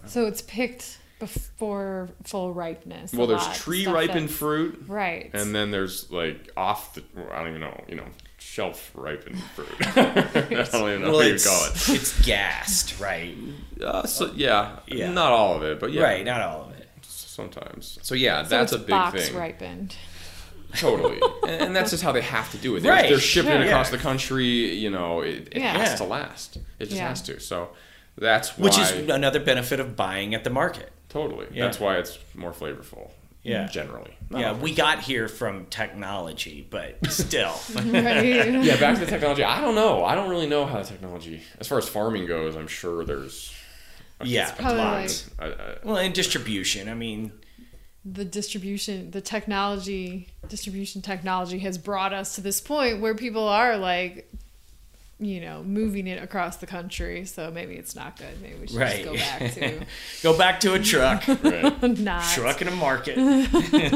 Speaker 3: So it's picked before full ripeness. a
Speaker 1: Well, there's
Speaker 3: lot,
Speaker 1: tree
Speaker 3: stuff
Speaker 1: ripened
Speaker 3: that's-
Speaker 1: fruit.
Speaker 3: Right.
Speaker 1: And then there's like off the I don't even know, you know, shelf ripened fruit. I don't even know
Speaker 2: well
Speaker 1: what you
Speaker 2: it's,
Speaker 1: call it.
Speaker 2: it's gassed right
Speaker 1: Uh, so yeah,
Speaker 2: Yeah.
Speaker 1: not all of it, but yeah,
Speaker 2: right not all of it
Speaker 1: sometimes. So yeah,
Speaker 3: So
Speaker 1: that's
Speaker 3: it's
Speaker 1: a big
Speaker 3: box
Speaker 1: thing.
Speaker 3: ripened.
Speaker 1: Totally, and, and that's just how they have to do it. They're,
Speaker 2: Right,
Speaker 1: they're shipping
Speaker 2: sure.
Speaker 1: it across the
Speaker 2: Yeah.
Speaker 1: country. You know, it, it
Speaker 3: Yeah.
Speaker 1: has
Speaker 2: Yeah.
Speaker 1: to last. It just
Speaker 3: Yeah.
Speaker 1: has to. So that's why.
Speaker 2: which is another benefit of buying at the market
Speaker 1: totally.
Speaker 2: Yeah.
Speaker 1: That's why it's more flavorful.
Speaker 2: Yeah.
Speaker 1: generally.
Speaker 2: yeah we got here from technology but still
Speaker 3: Right.
Speaker 1: yeah, back to the technology. I don't know. I don't really know how the technology, as far as farming goes, I'm sure there's.
Speaker 2: yeah
Speaker 3: probably
Speaker 2: lots
Speaker 1: I, I,
Speaker 2: Well, and distribution. I mean,
Speaker 3: the distribution, the technology, distribution technology has brought us to this point where people are like, you know, moving it across the country. So maybe it's not good. Maybe we should
Speaker 2: right.
Speaker 3: just go back to
Speaker 2: Go back to a truck,
Speaker 1: right.
Speaker 3: not.
Speaker 2: truck in a market. Do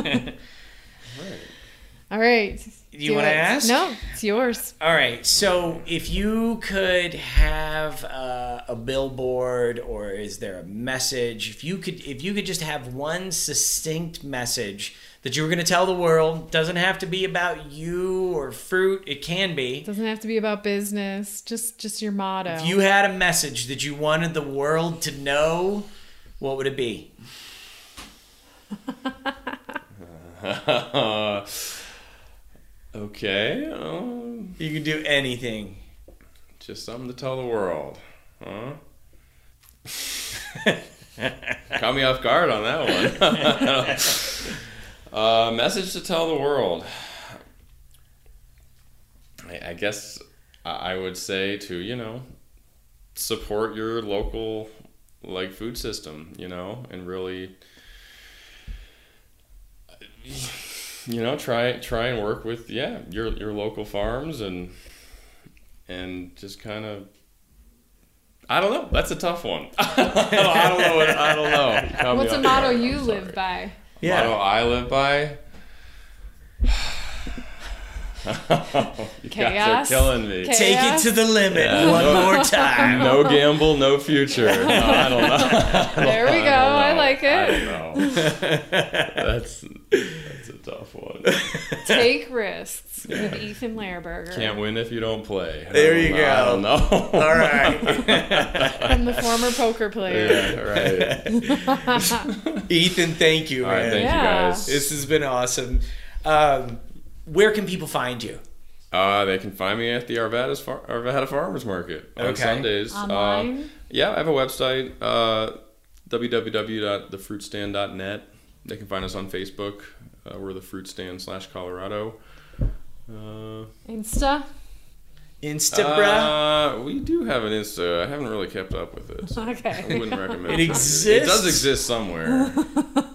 Speaker 3: All right.
Speaker 2: you
Speaker 3: Do
Speaker 2: want to
Speaker 3: it.
Speaker 2: ask?
Speaker 3: No, it's yours.
Speaker 2: All right. So, if you could have uh, a billboard, or is there a message? If you could, if you could just have one succinct message that you were going to tell the world, doesn't have to be about you or fruit. It can be.
Speaker 3: Doesn't have to be about business. Just just your motto.
Speaker 2: If you had a message that you wanted the world to know, what would it be?
Speaker 1: okay. Um,
Speaker 2: You can do anything.
Speaker 1: just something to tell the world. Huh? Caught me off guard on that one. uh, message to tell the world. I, I guess I I would say to, you know, support your local like food system, you know, and really you know, try try and work with yeah, your your local farms and and just kind of I don't know. That's a tough one. I don't know. What, I don't know. Tell me
Speaker 3: What's a
Speaker 1: off
Speaker 3: motto
Speaker 1: guard,
Speaker 3: you
Speaker 1: I'm
Speaker 3: live
Speaker 1: sorry.
Speaker 3: by?
Speaker 2: Yeah.
Speaker 1: Motto I live by. you
Speaker 3: Chaos.
Speaker 1: guys are killing me.
Speaker 3: Chaos.
Speaker 2: Take it to the limit
Speaker 1: Yeah.
Speaker 2: one
Speaker 1: No-
Speaker 2: more time.
Speaker 1: No gamble, no future. No, I don't know. I don't-
Speaker 3: There we
Speaker 1: I
Speaker 3: go.
Speaker 1: don't
Speaker 3: I
Speaker 1: know.
Speaker 3: like it.
Speaker 1: I don't know. That's that's a tough one.
Speaker 3: Take risks with Ethan Lehrberger
Speaker 1: Can't win if you don't play. I
Speaker 2: There you
Speaker 1: don't know. I don't know.
Speaker 2: All right.
Speaker 3: from the former poker player.
Speaker 1: Yeah, right.
Speaker 2: Ethan, thank you,
Speaker 1: All
Speaker 2: man.
Speaker 1: right, thank
Speaker 3: Yeah.
Speaker 1: you guys.
Speaker 2: This has been awesome. Um, where can people find you?
Speaker 1: Uh, they can find me at the Arvada's Far- Arvada Farmers Market on
Speaker 2: Okay.
Speaker 1: Sundays. Uh,
Speaker 3: Online?
Speaker 1: yeah, I have a website, uh, www.thefruitstand.net. They can find us on Facebook. Uh, we're the Fruit Stand slash Colorado. Uh,
Speaker 3: Insta.
Speaker 2: Instagram.
Speaker 1: Uh, we do have an Insta. I haven't really kept up with it. so I
Speaker 3: Okay.
Speaker 1: wouldn't recommend it.
Speaker 2: It
Speaker 1: It
Speaker 2: exists?
Speaker 1: does exist somewhere.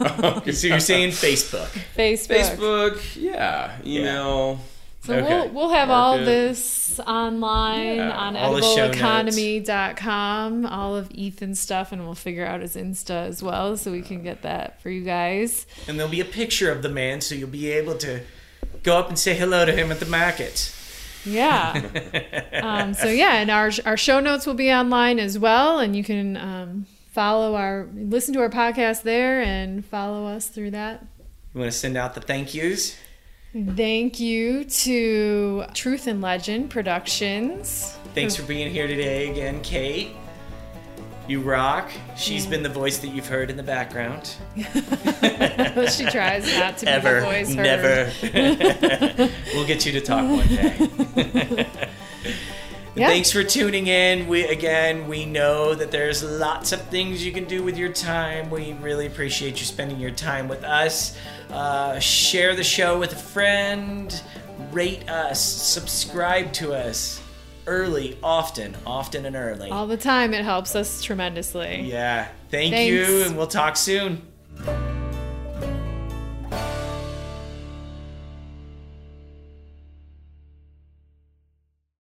Speaker 1: Uh,
Speaker 2: so you're saying Facebook?
Speaker 3: Facebook.
Speaker 1: Facebook, yeah, email.
Speaker 3: So
Speaker 2: Okay.
Speaker 3: we'll we'll have all
Speaker 1: Market.
Speaker 3: this online
Speaker 1: Yeah.
Speaker 3: on
Speaker 2: All the show
Speaker 3: edibleeconomy.com, all of Ethan's stuff, and we'll figure out his Insta as well so we can get that for you guys.
Speaker 2: And there'll be a picture of the man, so you'll be able to go up and say hello to him at the market.
Speaker 3: Yeah. um, so yeah, and our our show notes will be online as well, and you can um, follow our listen to our podcast there and follow us through that.
Speaker 2: You want to send out the thank yous?
Speaker 3: Thank you to Truth and Legend Productions.
Speaker 2: Thanks for being here today again, Kate. You rock. She's been the voice that you've heard in the background.
Speaker 3: she tries not to
Speaker 2: Ever.
Speaker 3: be the voice heard.
Speaker 2: Never. we'll get you to talk one day.
Speaker 3: Yeah.
Speaker 2: Thanks for tuning in. We again, we know that there's lots of things you can do with your time. We really appreciate you spending your time with us. Uh, share the show with a friend. Rate us. Subscribe to us. Early, often, often, and early.
Speaker 3: All the time, it helps us tremendously.
Speaker 2: Yeah. Thank
Speaker 3: Thanks.
Speaker 2: you, and we'll talk soon.